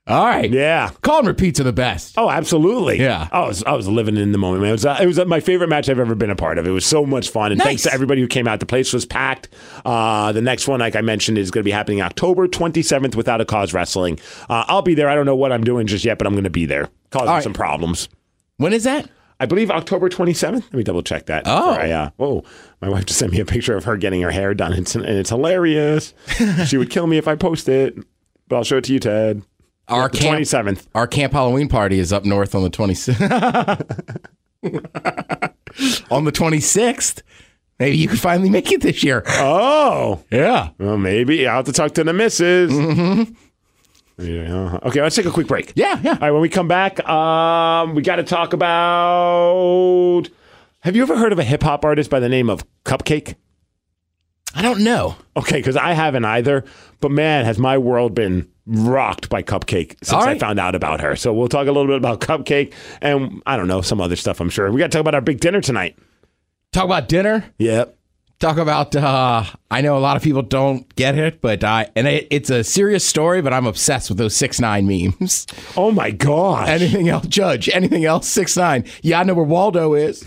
[SPEAKER 3] All right.
[SPEAKER 2] Yeah.
[SPEAKER 3] Call and repeats are the best.
[SPEAKER 2] Oh, absolutely. Oh,
[SPEAKER 3] Yeah.
[SPEAKER 2] I was I was living in the moment, man. It was uh, it was uh, my favorite match I've ever been a part of. It was so much fun, and thanks
[SPEAKER 3] Nice.
[SPEAKER 2] to everybody who came out. The place was packed. Uh, the next one, like I mentioned, is going to be happening October 27th without a cause wrestling. Uh, I'll be there. I don't know what I'm doing just yet, but I'm going to be there, causing
[SPEAKER 3] All right.
[SPEAKER 2] some problems.
[SPEAKER 3] When is that?
[SPEAKER 2] I believe October 27th. Let me double check that.
[SPEAKER 3] Oh.
[SPEAKER 2] Before I, uh, whoa. My wife just sent me a picture of her getting her hair done. It's, and it's hilarious. she would kill me if I post it, but I'll show it to you, Ted.
[SPEAKER 3] Our
[SPEAKER 2] The
[SPEAKER 3] camp,
[SPEAKER 2] 27th.
[SPEAKER 3] our camp Halloween party is up north on the 26th. on the 26th. Maybe you could finally make it this year.
[SPEAKER 2] Oh.
[SPEAKER 3] yeah.
[SPEAKER 2] Well, maybe I'll have to talk to the missus. Mm-hmm. Okay, let's take a quick break.
[SPEAKER 3] Yeah, yeah.
[SPEAKER 2] All right, when we come back, um, we got to talk about. Have you ever heard of a hip hop artist by the name of Cupcake?
[SPEAKER 3] I don't know.
[SPEAKER 2] Okay, because I haven't either. But man, has my world been rocked by Cupcake since
[SPEAKER 3] All
[SPEAKER 2] I
[SPEAKER 3] right.
[SPEAKER 2] found out about her. So we'll talk a little bit about Cupcake and I don't know, some other stuff, I'm sure. We got to talk about our big dinner tonight.
[SPEAKER 3] Talk about dinner.
[SPEAKER 2] Yep.
[SPEAKER 3] talk about uh i know a lot of people don't get it but i and it, it's a serious story but i'm obsessed with those six nine memes
[SPEAKER 2] Oh my gosh.
[SPEAKER 3] anything else judge anything else six nine yeah i know where waldo is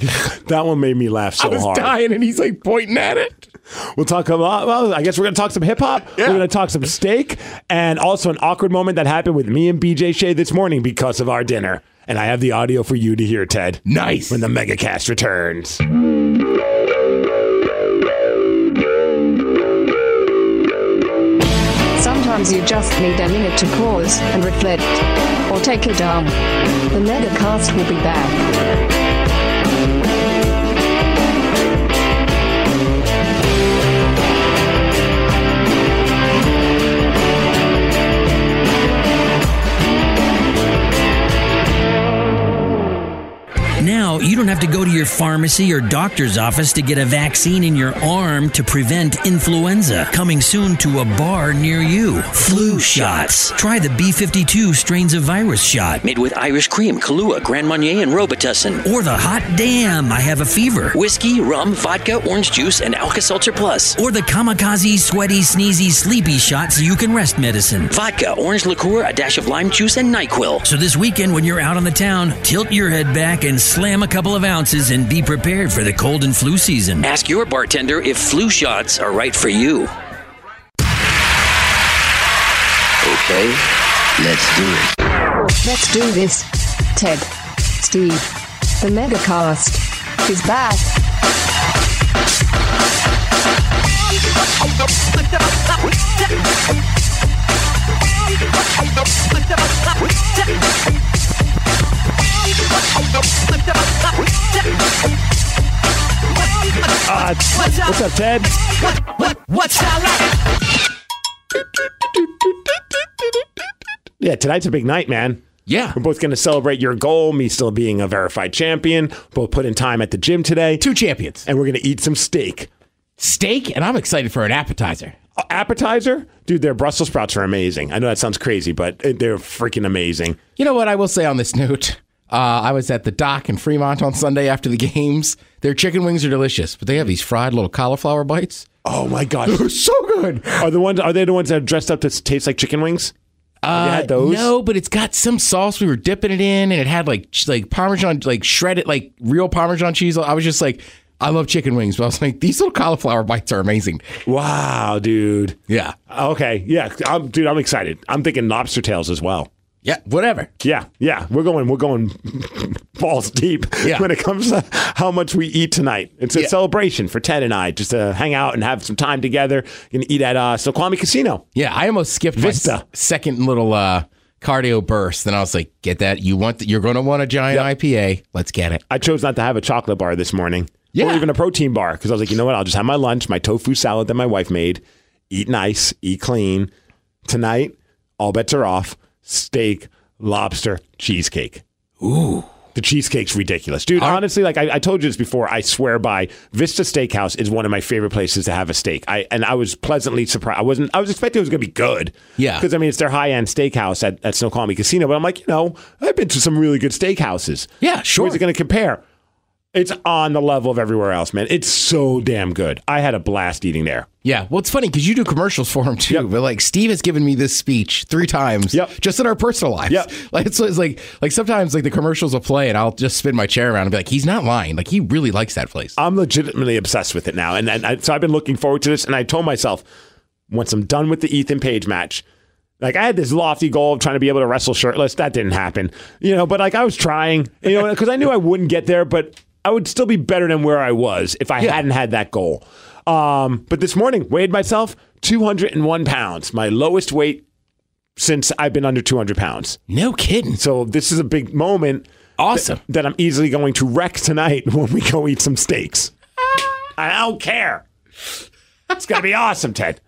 [SPEAKER 2] that one made me laugh so
[SPEAKER 3] i was
[SPEAKER 2] hard.
[SPEAKER 3] dying and he's like pointing at it
[SPEAKER 2] We'll talk about. Well, I guess we're going to talk some hip hop.
[SPEAKER 3] Yeah.
[SPEAKER 2] We're going to talk some steak, and also an awkward moment that happened with me and BJ Shea this morning because of our dinner. And I have the audio for you to hear, Ted.
[SPEAKER 3] nice
[SPEAKER 2] When the megacast returns.
[SPEAKER 1] Sometimes you just need a minute to pause and reflect, or take a dump. The Megacast will be back.
[SPEAKER 7] Now, you don't have to go to your pharmacy or doctor's office to get a vaccine in your arm to prevent influenza. Coming soon to a bar near you. Flu shots. Try the B52 strains of virus shot.
[SPEAKER 8] Made with Irish cream, Kahlua, Grand Marnier, and Robitussin.
[SPEAKER 7] Or the hot damn, I have a fever.
[SPEAKER 8] Whiskey, rum, vodka, orange juice, and Alka-Seltzer Plus.
[SPEAKER 7] Or the kamikaze, sweaty, sneezy, sleepy shots you can rest medicine.
[SPEAKER 8] Vodka, orange liqueur, a dash of lime juice, and NyQuil.
[SPEAKER 7] So this weekend, when you're out on the town, tilt your head back and slam a couple of ounces and be prepared for the cold and flu season.
[SPEAKER 8] Ask your bartender if flu shots are right for you.
[SPEAKER 9] Okay, let's do it.
[SPEAKER 1] Let's do this. Ted, Steve, the Megacast is back.
[SPEAKER 2] Uh, what's up, Ted? Yeah, tonight's a big night, man.
[SPEAKER 3] yeah
[SPEAKER 2] We're both going to celebrate your goal, me still being a verified champion. Both put in time at the gym today,
[SPEAKER 3] two champions
[SPEAKER 2] and we're going to eat some steak. Uh,
[SPEAKER 3] steak and i'm excited for an appetizer
[SPEAKER 2] appetizer, dude, their Brussels sprouts are amazing. I know that sounds crazy, but uh, they're freaking amazing.
[SPEAKER 3] You know what I will say on this note? Uh, I was at the dock in Fremont on Sunday after the games. Their chicken wings are delicious, but they have these fried little cauliflower bites.
[SPEAKER 2] Oh my gosh,
[SPEAKER 3] They're so good.
[SPEAKER 2] are the ones? Are they the ones that are dressed up to s- taste like chicken wings? Have you
[SPEAKER 3] Uh,
[SPEAKER 2] had those?
[SPEAKER 3] No, but it's got some sauce. We were dipping it in, and it had like ch- like Parmesan, like shredded, like real Parmesan cheese. I was just like, I love chicken wings, but I was like, these little cauliflower bites are amazing.
[SPEAKER 2] Wow, dude.
[SPEAKER 3] Yeah,
[SPEAKER 2] Okay, yeah, I'm, dude, I'm excited. I'm thinking lobster tails as well.
[SPEAKER 3] yeah, whatever.
[SPEAKER 2] Yeah, yeah, we're going, we're going balls deep
[SPEAKER 3] Yeah.
[SPEAKER 2] when it comes to how much we eat tonight. It's a
[SPEAKER 3] Yeah.
[SPEAKER 2] celebration for Ted and I, just to hang out and have some time together. Gonna eat at uh, Snoqualmie Casino.
[SPEAKER 3] Yeah, I almost skipped my
[SPEAKER 2] Vista.
[SPEAKER 3] s- second little uh, cardio burst. Then I was like, get that. You want? th- you're going to want a giant IPA. Let's get it.
[SPEAKER 2] I chose not to have a chocolate bar this morning, or
[SPEAKER 3] Yeah.
[SPEAKER 2] even a protein bar, because I was like, you know what? I'll just have my lunch, my tofu salad that my wife made. Eat nice, eat clean. Tonight, all bets are off. Steak, lobster, cheesecake. Ooh. The cheesecake's ridiculous. Dude, honestly, like I, I told you this before, I swear by Vista Steakhouse is one of my favorite places to have a steak. I and I was pleasantly surprised. I wasn't I was expecting it was gonna be good.
[SPEAKER 3] Yeah.
[SPEAKER 2] Because I mean it's their high end steakhouse at, at Snoqualmie Casino, but I'm like, you know, I've been to some really good steakhouses.
[SPEAKER 3] Yeah, sure.
[SPEAKER 2] Where's it going to compare? It's on the level of everywhere else, man. It's so damn good. I had a blast eating there.
[SPEAKER 3] Yeah, well, it's funny because you do commercials for him too.
[SPEAKER 2] Yep.
[SPEAKER 3] But like, Steve has given me this speech three times,
[SPEAKER 2] Yep.
[SPEAKER 3] just in our personal lives.
[SPEAKER 2] Yep.
[SPEAKER 3] Like it's, it's like like sometimes like the commercials will play, and I'll just spin my chair around and be like, he's not lying. Like he really likes that place.
[SPEAKER 2] I'm legitimately obsessed with it now, and, and I, so I've been looking forward to this. And I told myself, once I'm done with the Ethan Page match, like I had this lofty goal of trying to be able to wrestle shirtless. That didn't happen, you know. But like I was trying, you know, because I knew I wouldn't get there, but I would still be better than where I was if I hadn't had that goal. Um, but this morning, weighed myself 201 pounds, my lowest weight since I've been under 200 pounds.
[SPEAKER 3] no kidding.
[SPEAKER 2] So this is a big moment
[SPEAKER 3] Awesome.
[SPEAKER 2] that I'm easily going to wreck tonight when we go eat some steaks. I don't care. It's gonna be awesome, Ted.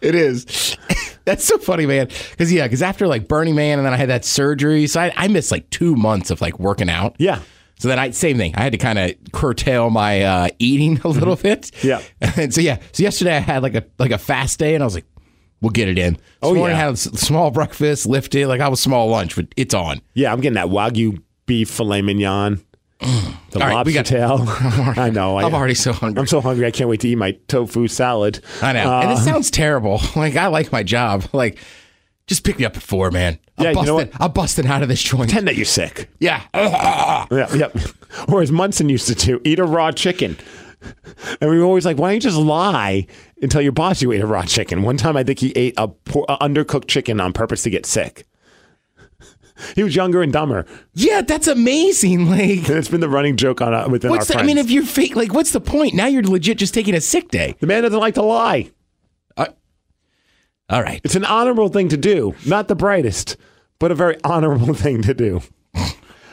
[SPEAKER 3] It is. That's so funny, man. Because yeah, because after like Burning Man, and then I had that surgery, so I, I missed like two months of like working out.
[SPEAKER 2] Yeah.
[SPEAKER 3] So then I same thing. I had to kind of curtail my uh, eating a little bit.
[SPEAKER 2] Mm-hmm. Yeah.
[SPEAKER 3] And so yeah. So yesterday I had like a like a fast day, and I was like, we'll get it in. This oh morning
[SPEAKER 2] yeah.
[SPEAKER 3] I had a s- small breakfast, lifted. Like I was small lunch, but it's on.
[SPEAKER 2] Yeah, I'm getting that wagyu beef filet mignon, the
[SPEAKER 3] Mm. All right,
[SPEAKER 2] lobster
[SPEAKER 3] we got-
[SPEAKER 2] tail. I know. I,
[SPEAKER 3] I'm already so hungry.
[SPEAKER 2] Oh, I'm Uh-huh. so hungry. I can't wait to eat my tofu salad. Uh,
[SPEAKER 3] I know. and it sounds terrible. Like I like my job. Like just pick me up at four, man. I'm
[SPEAKER 2] Yeah, you
[SPEAKER 3] busted,
[SPEAKER 2] know
[SPEAKER 3] I'm busted out of this joint.
[SPEAKER 2] Pretend that you're sick.
[SPEAKER 3] Yeah.
[SPEAKER 2] Yeah, yep. Or as Munson used to do, eat a raw chicken. And we were always like, why don't you just lie and tell your boss you ate a raw chicken? One time I think he ate a poor, a undercooked chicken on purpose to get sick. He was younger and dumber.
[SPEAKER 3] Yeah, that's amazing. Like
[SPEAKER 2] And it's been the running joke on uh, within
[SPEAKER 3] what's
[SPEAKER 2] our
[SPEAKER 3] the, I
[SPEAKER 2] friends.
[SPEAKER 3] mean, if you're fake, like what's the point? Now you're legit just taking a sick day.
[SPEAKER 2] the man doesn't like to lie.
[SPEAKER 3] All right.
[SPEAKER 2] It's an honorable thing to do. Not the brightest, but a very honorable thing to do.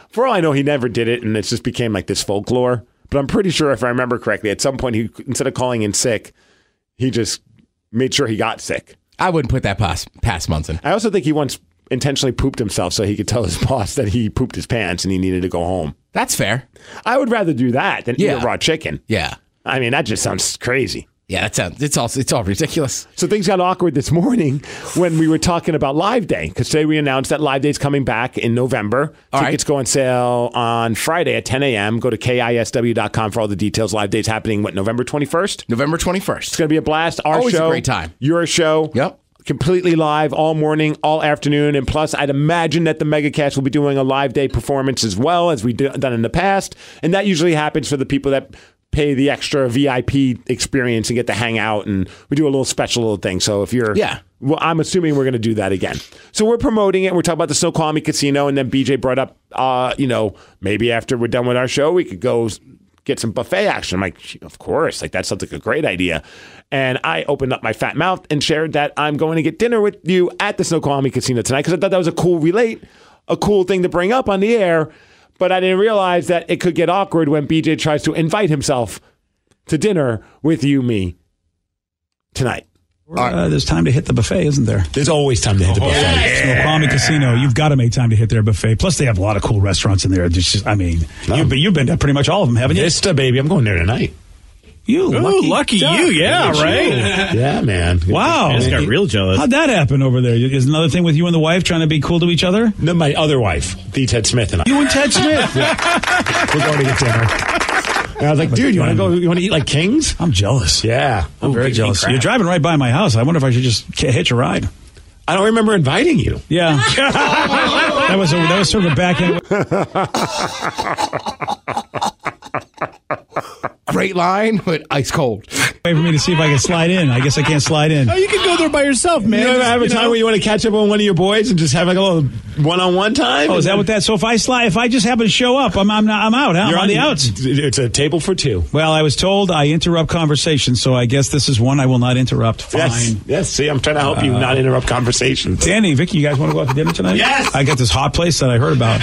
[SPEAKER 2] For all I know, he never did it, and it just became like this folklore. But I'm pretty sure, if I remember correctly, at some point, he instead of calling in sick, he just made sure he got sick.
[SPEAKER 3] I wouldn't put that past past Munson.
[SPEAKER 2] I also think he once intentionally pooped himself so he could tell his boss that he pooped his pants and he needed to go home.
[SPEAKER 3] That's fair.
[SPEAKER 2] I would rather do that than eat
[SPEAKER 3] Yeah.
[SPEAKER 2] a raw chicken.
[SPEAKER 3] Yeah.
[SPEAKER 2] I mean, that just sounds crazy.
[SPEAKER 3] Yeah, that sounds it's all it's all ridiculous.
[SPEAKER 2] So things got awkward this morning when we were talking about Live Day because today we announced that Live Day is coming back in November.
[SPEAKER 3] All right.
[SPEAKER 2] Tickets go on sale on Friday at 10 a.m. Go to kisw.com for all the details. Live Day's happening what November 21st. It's
[SPEAKER 3] November twenty first.
[SPEAKER 2] gonna be a blast. Our
[SPEAKER 3] Always a
[SPEAKER 2] show,
[SPEAKER 3] great time.
[SPEAKER 2] Your show.
[SPEAKER 3] Yep.
[SPEAKER 2] Completely live all morning, all afternoon, and plus, I'd imagine that the MegaCast will be doing a live day performance as well as we've do- done in the past, and that usually happens for the people that pay the extra VIP experience and get to hang out, and we do a little special little thing. So if you're
[SPEAKER 3] Yeah.
[SPEAKER 2] well, I'm assuming we're going to do that again. So we're promoting it. We're talking about the Snoqualmie Casino, and then BJ brought up, uh, you know, maybe after we're done with our show, we could go s- get some buffet action. I'm like, "Gee, of course, like that sounds like a great idea. And I opened up my fat mouth and shared that I'm going to get dinner with you at the Snoqualmie Casino tonight because I thought that was a cool relate, a cool thing to bring up on the air. But I didn't realize that it could get awkward when BJ tries to invite himself to dinner with you, me, tonight.
[SPEAKER 10] Uh, there's time to hit the buffet, isn't there?
[SPEAKER 11] There's always time to hit the
[SPEAKER 10] Oh,
[SPEAKER 11] buffet.
[SPEAKER 10] Snoqualmie Casino, you've got to make time to hit their buffet. Plus, they have a lot of cool restaurants in there. It's just, I mean, you've, been- you've been to pretty much all of them, haven't you?
[SPEAKER 11] Vista, baby. I'm going there tonight.
[SPEAKER 10] You
[SPEAKER 11] Ooh,
[SPEAKER 10] lucky,
[SPEAKER 11] lucky
[SPEAKER 10] duck.
[SPEAKER 11] you. Yeah,
[SPEAKER 10] Look at
[SPEAKER 11] right?
[SPEAKER 10] you.
[SPEAKER 2] Yeah, man.
[SPEAKER 10] Wow,
[SPEAKER 11] I just got real jealous.
[SPEAKER 10] How'd that happen over there? Is another thing with you and the wife trying to be cool to each other?
[SPEAKER 2] No, my other wife, the Ted Smith and I.
[SPEAKER 10] You and Ted Smith. We're going to get dinner.
[SPEAKER 2] And I was like, dude, you want to go? You want to eat like kings?
[SPEAKER 10] I'm jealous.
[SPEAKER 2] Yeah,
[SPEAKER 10] I'm very jealous. You're driving right by my house. I wonder if I should just ca- hitch a ride.
[SPEAKER 2] I don't remember inviting you.
[SPEAKER 10] Yeah, that was a, that was sort of a back end.
[SPEAKER 3] Great line, but ice cold.
[SPEAKER 10] Wait for me to see if I can slide in. I guess I can't slide in.
[SPEAKER 11] Oh, you can go there by yourself, man.
[SPEAKER 2] you ever have a
[SPEAKER 11] You
[SPEAKER 2] time
[SPEAKER 11] know?
[SPEAKER 2] where you want to catch up on one of your boys and just have like a little one-on-one time?
[SPEAKER 10] Oh, is
[SPEAKER 2] And
[SPEAKER 10] that what that? So if I slide, if I just happen to show up, I'm I'm, I'm out. Huh?
[SPEAKER 2] then
[SPEAKER 10] I'm
[SPEAKER 2] you're
[SPEAKER 10] on the outs.
[SPEAKER 2] It's a table for two.
[SPEAKER 10] Well, I was told I interrupt conversations, so I guess this is one I will not interrupt. Fine.
[SPEAKER 2] Yes, yes. See, I'm trying to help you
[SPEAKER 11] Uh,
[SPEAKER 2] not interrupt conversations.
[SPEAKER 10] Danny, Vicky, you guys want to go out to dinner tonight?
[SPEAKER 2] Yes.
[SPEAKER 10] I got this hot place that I heard about.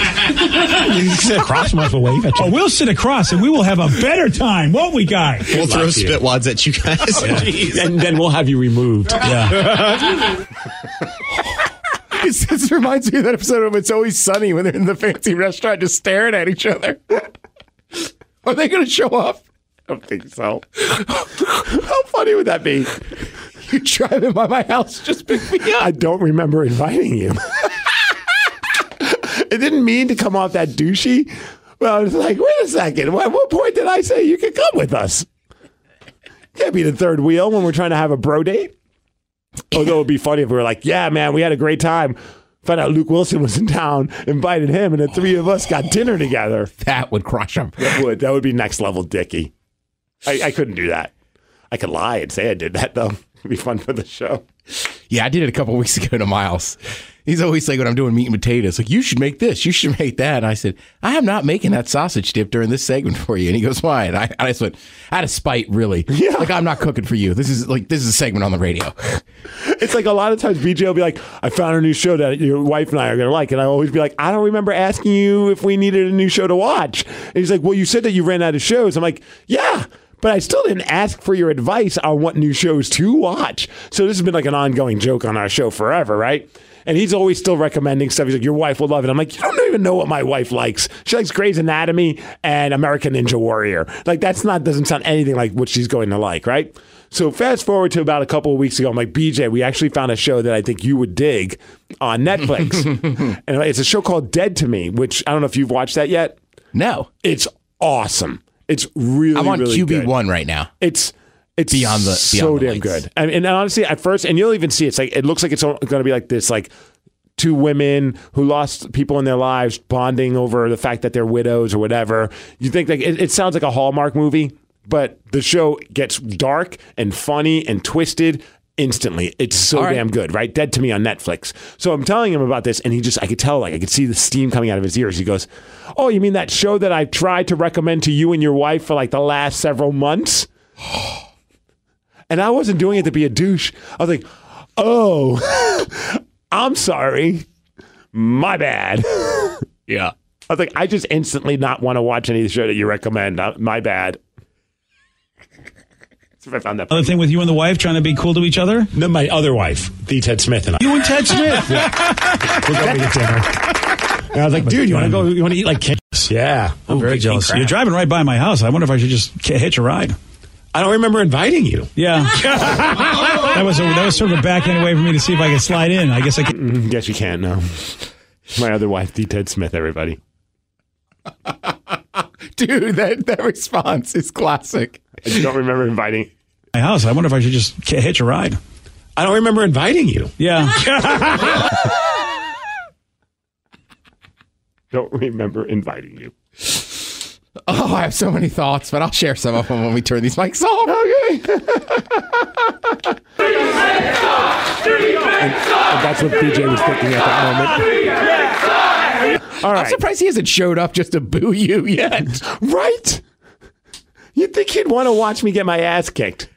[SPEAKER 2] you sit across from us, we'll wave at
[SPEAKER 10] Oh,
[SPEAKER 2] you.
[SPEAKER 10] we'll sit across and we will have a better time, won't we, guy?
[SPEAKER 11] We'll throw
[SPEAKER 2] Lucky.
[SPEAKER 11] spit wads at you guys. Jeez.
[SPEAKER 2] and then we'll have you removed.
[SPEAKER 10] Yeah.
[SPEAKER 12] This, this reminds me of that episode of It's Always Sunny when they're in the fancy restaurant just staring at each other. Are they going to show up? I don't think so. How funny would that be? You driving by my house, just pick me up.
[SPEAKER 2] I don't remember inviting you. it didn't mean to come off that douchey, but I was like, wait a second. At what point did I say you could come with us? Can't be the third wheel when we're trying to have a bro date. Although it'd be funny if we were like, yeah, man, we had a great time. Found out Luke Wilson was in town, invited him, and the three of us got dinner together.
[SPEAKER 3] That would crush him.
[SPEAKER 2] That would that would be next level dicky. I, I couldn't do that. I could lie and say I did that though. It'd be fun for the show.
[SPEAKER 3] Yeah, I did it a couple weeks ago to Miles. He's always like, when I'm doing meat and potatoes, like, you should make this, you should make that. And I said, I am not making that sausage dip during this segment for you. And he goes, why? And I, I just went, out of spite, really. Yeah. Like, I'm not cooking for you. This is like, this is a segment on the radio.
[SPEAKER 2] It's like a lot of times BJ will be like, I found a new show that your wife and I are going to like. And I always be like, I don't remember asking you if we needed a new show to watch. And he's like, Well, you said that you ran out of shows. I'm like, Yeah, but I still didn't ask for your advice on what new shows to watch. So this has been like an ongoing joke on our show forever, right? And he's always still recommending stuff. He's like, Your wife will love it. I'm like, You don't even know what my wife likes. She likes Grey's Anatomy and American Ninja Warrior. Like, that's not, doesn't sound anything like what she's going to like, right? So fast forward to about a couple of weeks ago, I'm like, BJ, we actually found a show that I think you would dig on Netflix. and it's a show called Dead to Me, which I don't know if you've watched that yet.
[SPEAKER 3] No,
[SPEAKER 2] It's awesome. It's really,
[SPEAKER 3] I'm on
[SPEAKER 2] really
[SPEAKER 3] QB
[SPEAKER 2] good.
[SPEAKER 3] one right now.
[SPEAKER 2] It's it's
[SPEAKER 3] Beyond the-
[SPEAKER 2] so
[SPEAKER 3] beyond the
[SPEAKER 2] damn
[SPEAKER 3] lights.
[SPEAKER 2] good. I mean, and honestly, at first, and you'll even see it's like it looks like it's going to be like this, like two women who lost people in their lives bonding over the fact that they're widows or whatever. You think like it, it sounds like a Hallmark movie, but the show gets dark and funny and twisted. Instantly, it's so
[SPEAKER 3] right.
[SPEAKER 2] damn good, right? Dead to me on Netflix. So I'm telling him about this, and he just, I could tell, like, I could see the steam coming out of his ears. He goes, Oh, you mean that show that I've tried to recommend to you and your wife for like the last several months? And I wasn't doing it to be a douche. I was like, oh, I'm sorry. My bad. I
[SPEAKER 3] Yeah.
[SPEAKER 2] was like, I just instantly not want to watch any show that you recommend. Uh, My bad. That's if I found that.
[SPEAKER 10] Another thing with you and the wife trying to be cool to each other.
[SPEAKER 2] No, my other wife, the Ted Smith, and I.
[SPEAKER 10] You and Ted Smith. We're going to get dinner.
[SPEAKER 2] And I was like, dude, you want to go? You want to eat like kings? Yeah.
[SPEAKER 10] I'm very jealous. You're driving right by my house. I wonder if I should just ca- hitch a ride.
[SPEAKER 2] I don't remember inviting you.
[SPEAKER 10] Yeah. that was a, that was sort of a backhand way for me to see if I could slide in. I guess I can.
[SPEAKER 2] Mm, Guess you can't. No. My other wife, the Ted Smith. Everybody.
[SPEAKER 3] Dude, that, that response is classic.
[SPEAKER 2] I just don't remember inviting.
[SPEAKER 10] My house. I wonder if I should just ca- hitch a ride.
[SPEAKER 2] I don't remember inviting you.
[SPEAKER 10] Yeah.
[SPEAKER 2] Don't remember inviting you.
[SPEAKER 3] Oh, I have so many thoughts, but I'll share some of them when we turn these mics off.
[SPEAKER 2] And that's what BJ was thinking at that moment. All
[SPEAKER 3] I'm
[SPEAKER 2] right.
[SPEAKER 3] surprised he hasn't showed up just to boo you yet.
[SPEAKER 2] Right? You'd think he'd want to watch me get my ass kicked.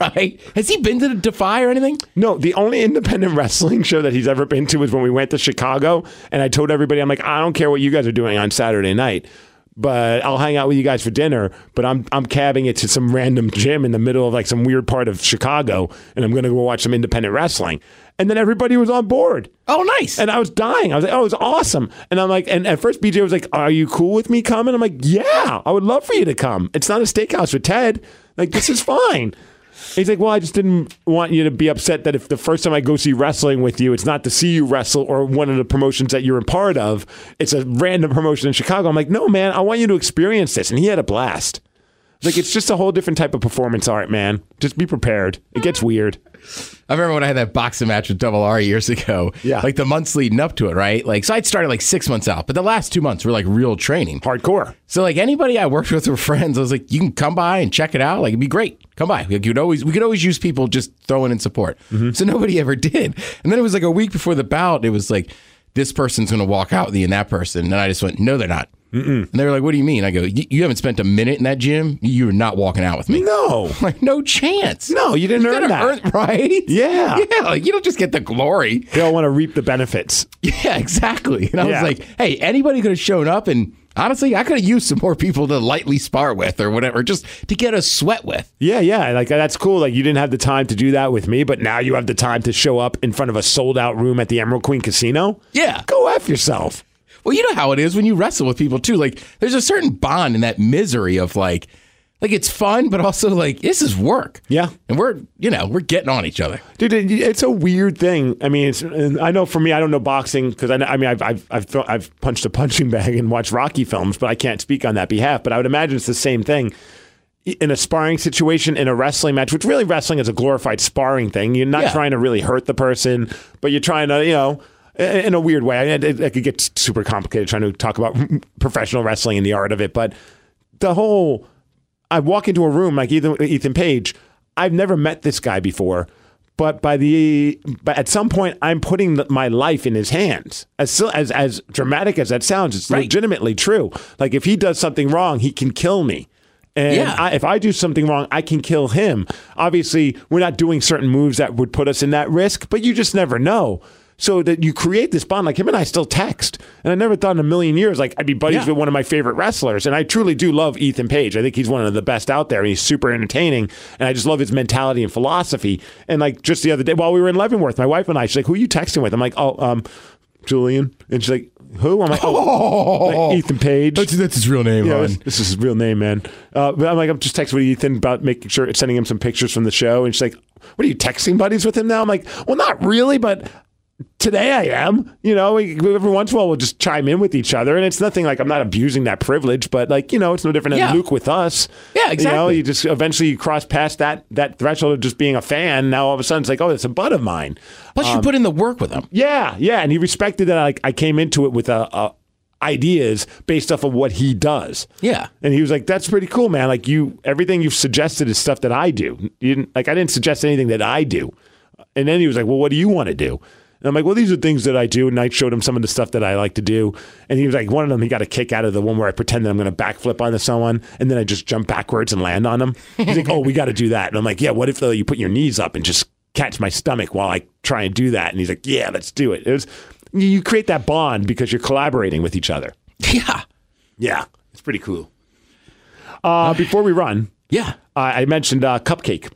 [SPEAKER 3] right? Has he been to the Defy or anything?
[SPEAKER 2] No, the only independent wrestling show that he's ever been to was when we went to Chicago, and I told everybody, I'm like, I don't care what you guys are doing on Saturday night. but I'll hang out with you guys for dinner. But I'm I'm cabbing it to some random gym in the middle of like some weird part of Chicago, and I'm gonna go watch some independent wrestling. And then everybody was on board.
[SPEAKER 3] Oh, nice!
[SPEAKER 2] And I was dying. I was like, oh, it's awesome. And I'm like, and at first BJ was like, are you cool with me coming? I'm like, yeah, I would love for you to come. It's not a steakhouse with Ted. Like this is fine. He's like, well, I just didn't want you to be upset that if the first time I go see wrestling with you, it's not to see you wrestle or one of the promotions that you're a part of. It's a random promotion in Chicago. I'm like, no, man, I want you to experience this. And he had a blast. Like, it's just a whole different type of performance art, man. Just be prepared. It gets weird.
[SPEAKER 3] I remember when I had that boxing match with Double R years ago. Yeah. Like the months leading up to it, right? Like, so I'd started like six months out, but the last two months were like real training.
[SPEAKER 2] Hardcore.
[SPEAKER 3] So, like, anybody I worked with were friends. I was like, you can come by and check it out. Like, it'd be great. Come by. Like, you'd always, we could always use people just throwing in support. So nobody ever did. And then it was like a week before the bout, it was like, this person's going to walk out with you and that person. And I just went, no, they're not. And they were like, what do you mean? I go, "Y- you haven't spent a minute in that gym. You're not walking out with me.
[SPEAKER 2] No.
[SPEAKER 3] Like, no chance.
[SPEAKER 2] No, you didn't earn
[SPEAKER 3] gotta
[SPEAKER 2] that.
[SPEAKER 3] earn- right?
[SPEAKER 2] Yeah.
[SPEAKER 3] Yeah. Like, you don't just get the glory.
[SPEAKER 2] They all want to reap the benefits.
[SPEAKER 3] Yeah, exactly. And I
[SPEAKER 2] Yeah.
[SPEAKER 3] was like, hey, anybody could have shown up and honestly, I could have used some more people to lightly spar with or whatever, just to get a sweat with.
[SPEAKER 2] Yeah, yeah. Like that's cool. Like you didn't have the time to do that with me, but now you have the time to show up in front of a sold out room at the Emerald Queen Casino.
[SPEAKER 3] Yeah.
[SPEAKER 2] Go F yourself.
[SPEAKER 3] Well, you know how it is when you wrestle with people too. Like there's a certain bond in that misery of like like it's fun, but also like this is work.
[SPEAKER 2] Yeah.
[SPEAKER 3] And we're you know, we're getting on each other.
[SPEAKER 2] Dude, it, it's a weird thing. I mean, it's, and I know for me, I don't know boxing because I, know- I mean, I've I've I've, throw, I've punched a punching bag and watched Rocky films, but I can't speak on that behalf. But I would imagine it's the same thing in a sparring situation in a wrestling match, which really wrestling is a glorified sparring thing. You're not
[SPEAKER 3] Yeah.
[SPEAKER 2] trying to really hurt the person, but you're trying to you know. i- In a weird way, I, I- I could get super complicated trying to talk about professional wrestling and the art of it, but the whole I walk into a room like Ethan, Ethan Page. I've never met this guy before, but by the but at some point I'm putting the, my life in his hands. As so- as as dramatic as that sounds, it's legitimately true. Like if he does something wrong, he can kill me. And
[SPEAKER 3] Yeah.
[SPEAKER 2] I, if I do something wrong, I can kill him. Obviously, we're not doing certain moves that would put us in that risk, but you just never know. So that you create this bond, like him and I still text, and I never thought in a million years like I'd be buddies
[SPEAKER 3] Yeah.
[SPEAKER 2] with one of my favorite wrestlers, and I truly do love Ethan Page. I think he's one of the best out there. and He's super entertaining, and I just love his mentality and philosophy. And like just the other day, while we were in Leavenworth, my wife and I, she's like, "Who are you texting with?" I'm like, "Oh, um, Julian," and she's like, "Who?" I'm like, "Oh, like, Ethan Page."
[SPEAKER 3] That's, that's his real name,
[SPEAKER 2] Yeah,
[SPEAKER 3] Ron.
[SPEAKER 2] this, this is his real name, man. Uh, but I'm like, I'm just texting with Ethan about making sure, sending him some pictures from the show. And she's like, What are you texting buddies with him now? I'm like, Well, not really, but today I am. You know, we, every once in a while we'll just chime in with each other. And it's nothing like I'm not abusing that privilege, but like, you know, it's no different
[SPEAKER 3] Yeah.
[SPEAKER 2] than Luke with us.
[SPEAKER 3] Yeah,
[SPEAKER 2] You know,
[SPEAKER 3] exactly.
[SPEAKER 2] you just eventually you cross past that, that threshold of just being a fan. Now all of a sudden it's like, Oh, it's a bud of mine.
[SPEAKER 3] Plus
[SPEAKER 2] Um,
[SPEAKER 3] you put in the work with them.
[SPEAKER 2] Yeah, yeah, and he respected that. Like I came into it with uh uh ideas based off of what he does.
[SPEAKER 3] Yeah.
[SPEAKER 2] and he was like, "That's pretty cool, man. Like you, everything you've suggested is stuff that I do. You didn't like I didn't suggest anything that I do." And then he was like, "Well, what do you want to do?" And I'm like, "Well, these are things that I do." And I showed him some of the stuff that I like to do. And he was like, "One of them, he got a kick out of the one where I pretend that I'm going to backflip onto someone, and then I just jump backwards and land on him." He's like, "Oh, we got to do that." And I'm like, "Yeah, what if though you put your knees up and just catch my stomach while I try and do that. And he's like, yeah, let's do it. It was you- you create that bond because you're collaborating with each other.
[SPEAKER 3] Yeah.
[SPEAKER 2] Yeah, it's pretty cool. Uh, before we run,
[SPEAKER 3] yeah,
[SPEAKER 2] I I mentioned uh, cupcake.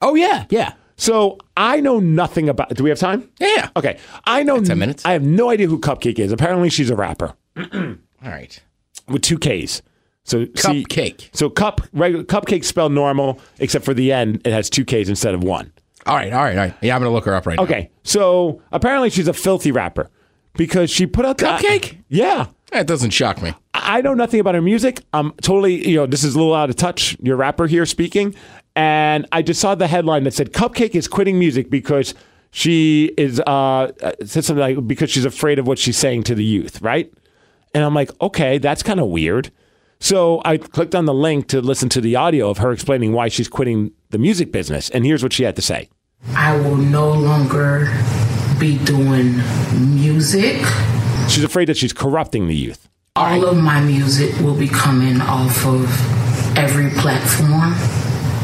[SPEAKER 3] Oh yeah. Yeah.
[SPEAKER 2] So I know nothing about. Do we have time?
[SPEAKER 3] Yeah.
[SPEAKER 2] Okay, I know
[SPEAKER 3] Ten minutes.
[SPEAKER 2] I have no idea who Cupcake is. Apparently, she's a rapper
[SPEAKER 3] All right.
[SPEAKER 2] with two K's. So see-
[SPEAKER 3] Cupcake.
[SPEAKER 2] so cup regular cupcake spelled normal, except for the end, it has two K's instead of one.
[SPEAKER 3] All right, all right, all right. Yeah, I'm gonna look her up right
[SPEAKER 2] Okay, so apparently she's a filthy rapper because she put out
[SPEAKER 3] now.
[SPEAKER 2] that-
[SPEAKER 3] Cupcake?
[SPEAKER 2] yeah,
[SPEAKER 3] That doesn't shock me.
[SPEAKER 2] I know nothing about her music. I'm totally, you know, this is a little out of touch. Your rapper here speaking, and I just saw the headline that said Cupcake is quitting music because she is uh said something like because she's afraid of what she's saying to the youth, right? And I'm like, okay, that's kind of weird. So I clicked on the link to listen to the audio of her explaining why she's quitting the music business, and here's what she had to say.
[SPEAKER 13] I will no longer be doing music.
[SPEAKER 2] She's afraid that she's corrupting the youth.
[SPEAKER 13] All of my music will be coming off of every platform.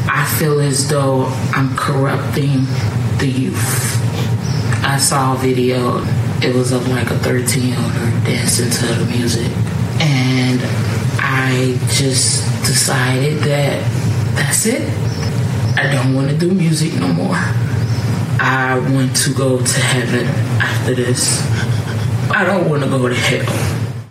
[SPEAKER 13] I feel as though I'm corrupting the youth. I saw a video, it was of like a 13 year old dancing to the music. And I I just decided that that's it. I don't want to do music no more. I want to go to heaven after this. I don't want to go to hell.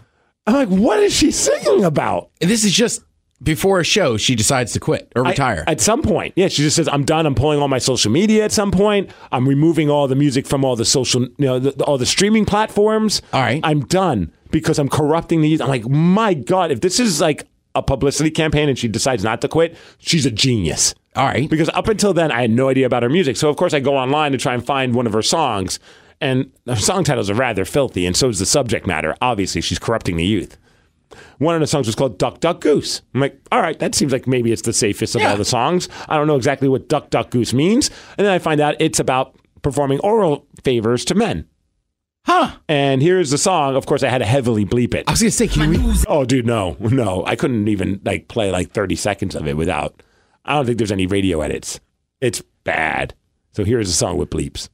[SPEAKER 3] I'm like, what is she singing about? And this is just before a show. She decides to quit or
[SPEAKER 2] I-
[SPEAKER 3] retire.
[SPEAKER 2] at some point. Yeah, she just says, "I'm done. I'm pulling all my social media." At some point, I'm removing all the music from all the social, you know, the, all the streaming platforms. All right, I'm done because I'm corrupting the youth. I'm like, my God, if this is like a publicity campaign and she decides not to quit, she's a genius.
[SPEAKER 3] All right,
[SPEAKER 2] because up until then, I had no idea about her music. So of course, I go online to try and find one of her songs, and her song titles are rather filthy, and so is the subject matter. Obviously, she's corrupting the youth one of the songs was called Duck Duck Goose. I'm like, all right, that seems like maybe it's the safest of all the songs. I don't know exactly what Duck Duck Goose means. And then I find out it's about performing oral favors to men.
[SPEAKER 3] Huh.
[SPEAKER 2] And here's the song. Of course, I had to heavily bleep it. I
[SPEAKER 3] was going to say, can you read?
[SPEAKER 2] Oh, dude, no, no. I couldn't even like play like 30 seconds of it without. I don't think there's any radio edits. It's bad. So here's the song with bleeps.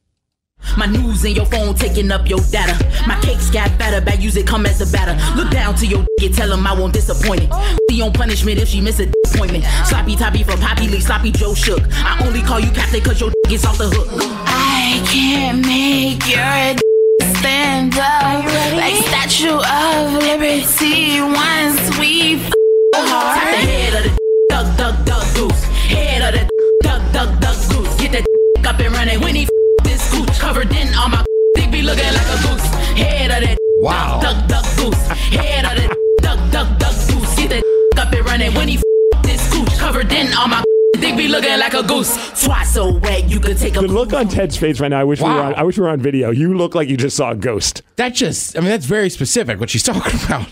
[SPEAKER 14] My news in your phone taking up your data. My cakes got fatter, bad use it come as a batter. Look down to your and tell him I won't disappoint it. She on punishment if she miss a appointment. Sloppy toppy for Poppy Lee, sloppy Joe shook. I only call you Captain cause your is off the hook.
[SPEAKER 15] I can't make your stand up like Statue of Liberty once we f-
[SPEAKER 14] Tap the
[SPEAKER 15] hard.
[SPEAKER 14] head of the duck, duck, duck, goose. Head of the duck, duck, duck, goose. Get that up and running when he this gooch. Covered in all my dick be looking like a goose. Head of that
[SPEAKER 3] Wow.
[SPEAKER 14] duck, duck, goose. Head of that duck, duck, duck, goose. Get that up and running when he this gooch. Covered in all my dick be looking like a goose. Swat so wet you could take a
[SPEAKER 2] The look on Ted's face right now. I wish we were on, I wish we were on video. You look like you just saw a ghost.
[SPEAKER 3] That just, I mean, that's very specific what she's talking about.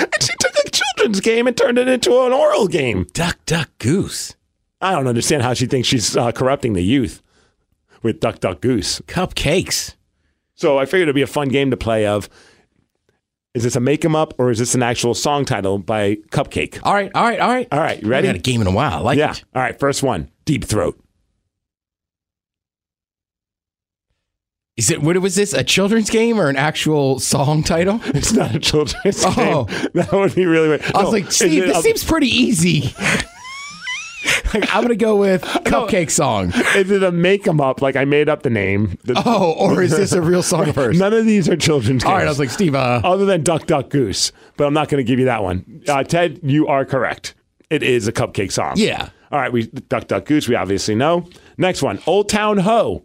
[SPEAKER 2] And she took a children's game and turned it into an oral game.
[SPEAKER 3] Duck, duck, goose.
[SPEAKER 2] I don't understand how she thinks she's uh, corrupting the youth with duck, duck, goose.
[SPEAKER 3] Cupcakes.
[SPEAKER 2] So I figured it'd be a fun game to play of. Is this a make 'em up or is this an actual song title by Cupcake?
[SPEAKER 3] All right, all right, all right.
[SPEAKER 2] All right, you ready?
[SPEAKER 3] had a game in a while. I like
[SPEAKER 2] yeah. All right, first one Deep Throat.
[SPEAKER 3] Is it, what was this? A children's game or an actual song title?
[SPEAKER 2] It's not a children's
[SPEAKER 3] oh.
[SPEAKER 2] game. That would be really weird.
[SPEAKER 3] I was
[SPEAKER 2] No,
[SPEAKER 3] like,
[SPEAKER 2] is
[SPEAKER 3] Steve,
[SPEAKER 2] it
[SPEAKER 3] this
[SPEAKER 2] a-
[SPEAKER 3] seems pretty easy. Like, I'm going to go with Cupcake Song.
[SPEAKER 2] Is it a make 'em up? Like I made up the name. The-
[SPEAKER 3] Oh, or is this a real song first?
[SPEAKER 2] None of these are children's games.
[SPEAKER 3] All right, I was like, Steve, uh,
[SPEAKER 2] other than Duck Duck Goose, but I'm not going to give you that one. Uh, Ted, you are correct. It is a cupcake song.
[SPEAKER 3] Yeah.
[SPEAKER 2] All right, we Duck Duck Goose. We obviously know. Next one, Old Town Ho.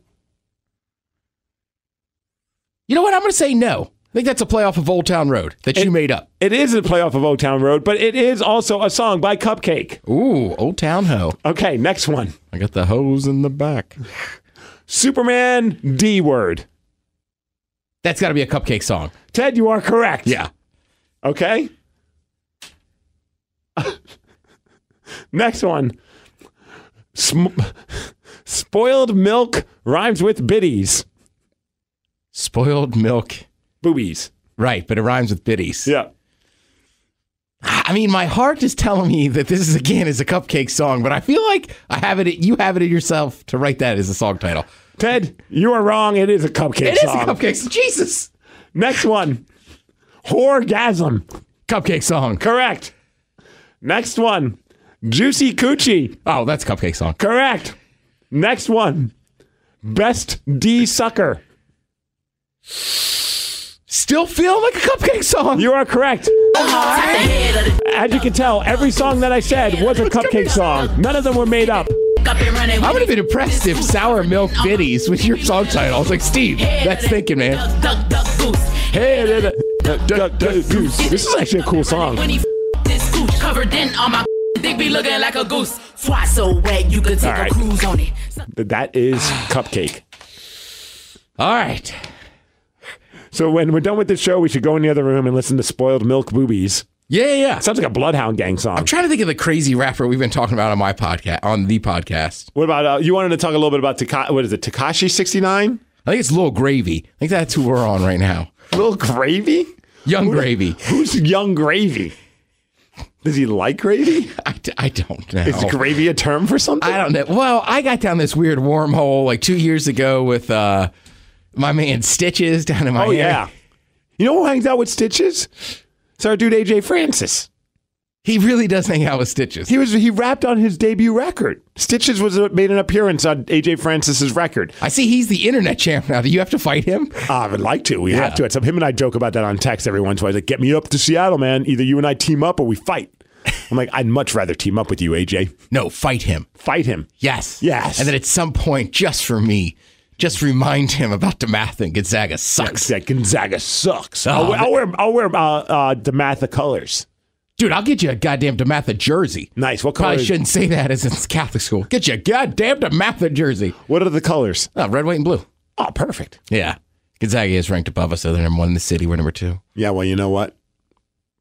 [SPEAKER 3] you know what? I'm going to say no. I think that's a playoff of Old Town Road that you made up.
[SPEAKER 2] It is a playoff of Old Town Road, but it is also a song by Cupcake.
[SPEAKER 3] Ooh, Old Town Ho.
[SPEAKER 2] Okay, next one,
[SPEAKER 3] I got the hose in the back.
[SPEAKER 2] Superman D Word.
[SPEAKER 3] That's got to be a Cupcake Song.
[SPEAKER 2] Ted, you are correct.
[SPEAKER 3] Yeah.
[SPEAKER 2] Okay. Next one. Sm- spoiled milk rhymes with biddies.
[SPEAKER 3] Spoiled milk.
[SPEAKER 2] Boobies.
[SPEAKER 3] Right, but it rhymes with biddies.
[SPEAKER 2] Yeah.
[SPEAKER 3] I mean, my heart is telling me that this is again is a cupcake song, but I feel like I have it. You have it in yourself to write that as a song title.
[SPEAKER 2] Ted, you are wrong. It is a cupcake
[SPEAKER 3] It is a
[SPEAKER 2] song.
[SPEAKER 3] cupcake. Jesus,
[SPEAKER 2] Next one. Horgasm.
[SPEAKER 3] cupcake song.
[SPEAKER 2] Correct. Next one. Juicy Coochie.
[SPEAKER 3] Oh, that's cupcake song.
[SPEAKER 2] Correct. Next one. Best D Sucker.
[SPEAKER 3] Still feel like a cupcake song.
[SPEAKER 2] You are correct.
[SPEAKER 14] Tap the head of the
[SPEAKER 2] As you can tell, every song that I said was a cupcake song. None of them were made up.
[SPEAKER 14] up and running
[SPEAKER 3] I
[SPEAKER 14] when
[SPEAKER 3] would have been impressed if sour milk biddies was your song title. I was like, Steve, that's thinking, man.
[SPEAKER 14] duck, duck, duck, goose.
[SPEAKER 2] Hey, da, da, da, da, da, goose. This is actually a cool song.
[SPEAKER 14] When he f- this gooch covered in all my dick be looking like a goose. Swat so wet you could take
[SPEAKER 2] All right.
[SPEAKER 14] a cruise on it.
[SPEAKER 2] That is Cupcake.
[SPEAKER 3] All right.
[SPEAKER 2] So when we're done with the show, we should go in the other room and listen to Spoiled Milk Boobies.
[SPEAKER 3] Yeah, yeah, yeah.
[SPEAKER 2] Sounds like a Bloodhound Gang song.
[SPEAKER 3] I'm trying to think of the crazy rapper we've been talking about on my podcast, on the podcast.
[SPEAKER 2] What about uh, you? Wanted to talk a little bit about Taka- what is it? Takashi sixty nine,
[SPEAKER 3] I think it's Lil Gravy. I think that's who we're on right now.
[SPEAKER 2] Little Gravy.
[SPEAKER 3] Young Gravy.
[SPEAKER 2] Who's Young Gravy? Does he like gravy?
[SPEAKER 3] I, d- I don't know.
[SPEAKER 2] Is gravy a term for something?
[SPEAKER 3] I don't know. Well, I got down this weird wormhole like two years ago with uh, my man Stitches down in my
[SPEAKER 2] Oh yeah. You know who hangs out with Stitches? It's our dude AJ Francis.
[SPEAKER 3] He really does hang out with Stitches.
[SPEAKER 2] He was he rapped on his debut record. Stitches was uh, made an appearance on AJ Francis's record.
[SPEAKER 3] I see he's the internet champ now. Do you have to fight him?
[SPEAKER 2] Ah, I would like to. We have to. It's him and I joke about that on text every once in a while. He's like, get me up to Seattle, man. Either you and I team up or we fight. I'm like, I'd much rather team up with you, AJ.
[SPEAKER 3] No, fight him.
[SPEAKER 2] Fight him.
[SPEAKER 3] Yes.
[SPEAKER 2] Yes.
[SPEAKER 3] And then at some point, just for me, just remind him about DeMatha and Gonzaga sucks.
[SPEAKER 2] Yeah, Gonzaga sucks.
[SPEAKER 3] Oh,
[SPEAKER 2] I'll, wear-
[SPEAKER 3] man.
[SPEAKER 2] I'll wear I'll wear uh, uh, Dematha colors.
[SPEAKER 3] Dude, I'll get you a goddamn DeMatha jersey.
[SPEAKER 2] Nice. What
[SPEAKER 3] Probably
[SPEAKER 2] colors?
[SPEAKER 3] shouldn't say that as it's Catholic school. Get you a goddamn DeMatha jersey.
[SPEAKER 2] What are the colors?
[SPEAKER 3] Oh, red, white, and blue.
[SPEAKER 2] Oh, perfect.
[SPEAKER 3] Yeah. Gonzaga is ranked above us. So they're number one in the city. We're number two.
[SPEAKER 2] Yeah. Well, you know what?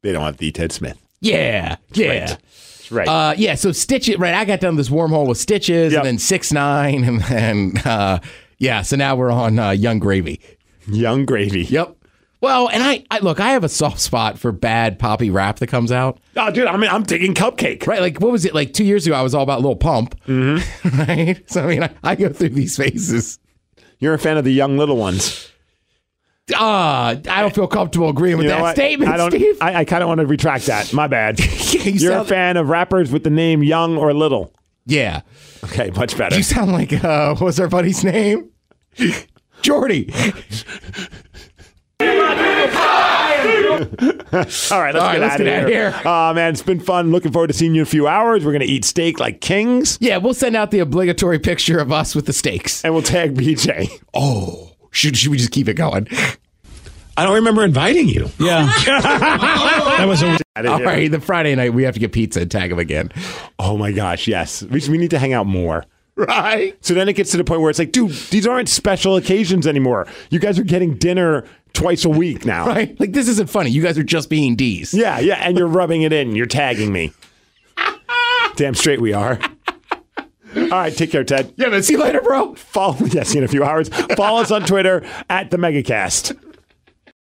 [SPEAKER 2] They don't have the Ted Smith.
[SPEAKER 3] Yeah. Yeah.
[SPEAKER 2] That's right.
[SPEAKER 3] Uh, yeah, so Stitches, right? I got down this wormhole with Stitches and then Six Nine, and then uh, yeah, so now we're on uh, Young Gravy.
[SPEAKER 2] Young Gravy.
[SPEAKER 3] Yep. Well, and I, I look, I have a soft spot for bad poppy rap that comes out.
[SPEAKER 2] oh, dude. I mean, I'm digging cupcake.
[SPEAKER 3] Right, like what was it? Like two years ago, I was all about Lil Pump, mm-hmm. right? So I mean, I, I go through these phases.
[SPEAKER 2] You're a fan of the young little ones.
[SPEAKER 3] Ah, I don't feel comfortable agreeing with
[SPEAKER 2] You know
[SPEAKER 3] that
[SPEAKER 2] what?
[SPEAKER 3] statement,
[SPEAKER 2] I don't.
[SPEAKER 3] Steve.
[SPEAKER 2] I, I kind of want to retract that. My bad.
[SPEAKER 3] you
[SPEAKER 2] You're a
[SPEAKER 3] sound-
[SPEAKER 2] fan of rappers with the name Young or Little.
[SPEAKER 3] yeah,
[SPEAKER 2] Okay, much better.
[SPEAKER 3] you sound like uh, what's our buddy's name? Jordy.
[SPEAKER 2] All right, let's
[SPEAKER 3] All right,
[SPEAKER 2] get,
[SPEAKER 3] let's
[SPEAKER 2] out, of
[SPEAKER 3] get outta
[SPEAKER 2] here.
[SPEAKER 3] here.
[SPEAKER 2] Uh, man, it's been fun. Looking forward to seeing you in a few hours. We're gonna eat steak like kings,
[SPEAKER 3] Yeah, we'll send out the obligatory picture of us with the stakes.
[SPEAKER 2] and we'll tag BJ.
[SPEAKER 3] Oh, should, should we just keep it going?
[SPEAKER 11] I don't remember inviting you.
[SPEAKER 10] Yeah. that was a.
[SPEAKER 2] Outta
[SPEAKER 3] All
[SPEAKER 2] here.
[SPEAKER 3] right, the Friday night we have to get pizza and tag him again.
[SPEAKER 2] Oh my gosh, yes. We, we need to hang out more.
[SPEAKER 3] Right?
[SPEAKER 2] So then it gets to the point where it's like, dude, these aren't special occasions anymore. You guys are getting dinner twice a week now.
[SPEAKER 3] Right? Like this isn't funny. You guys are just being D's.
[SPEAKER 2] Yeah, yeah, and you're rubbing it in. You're tagging me. Damn straight we are. All right, take care, Ted.
[SPEAKER 3] Yeah, man. See you later, bro.
[SPEAKER 2] Follow yes, see you in a few hours. Follow us on Twitter at the Megacast.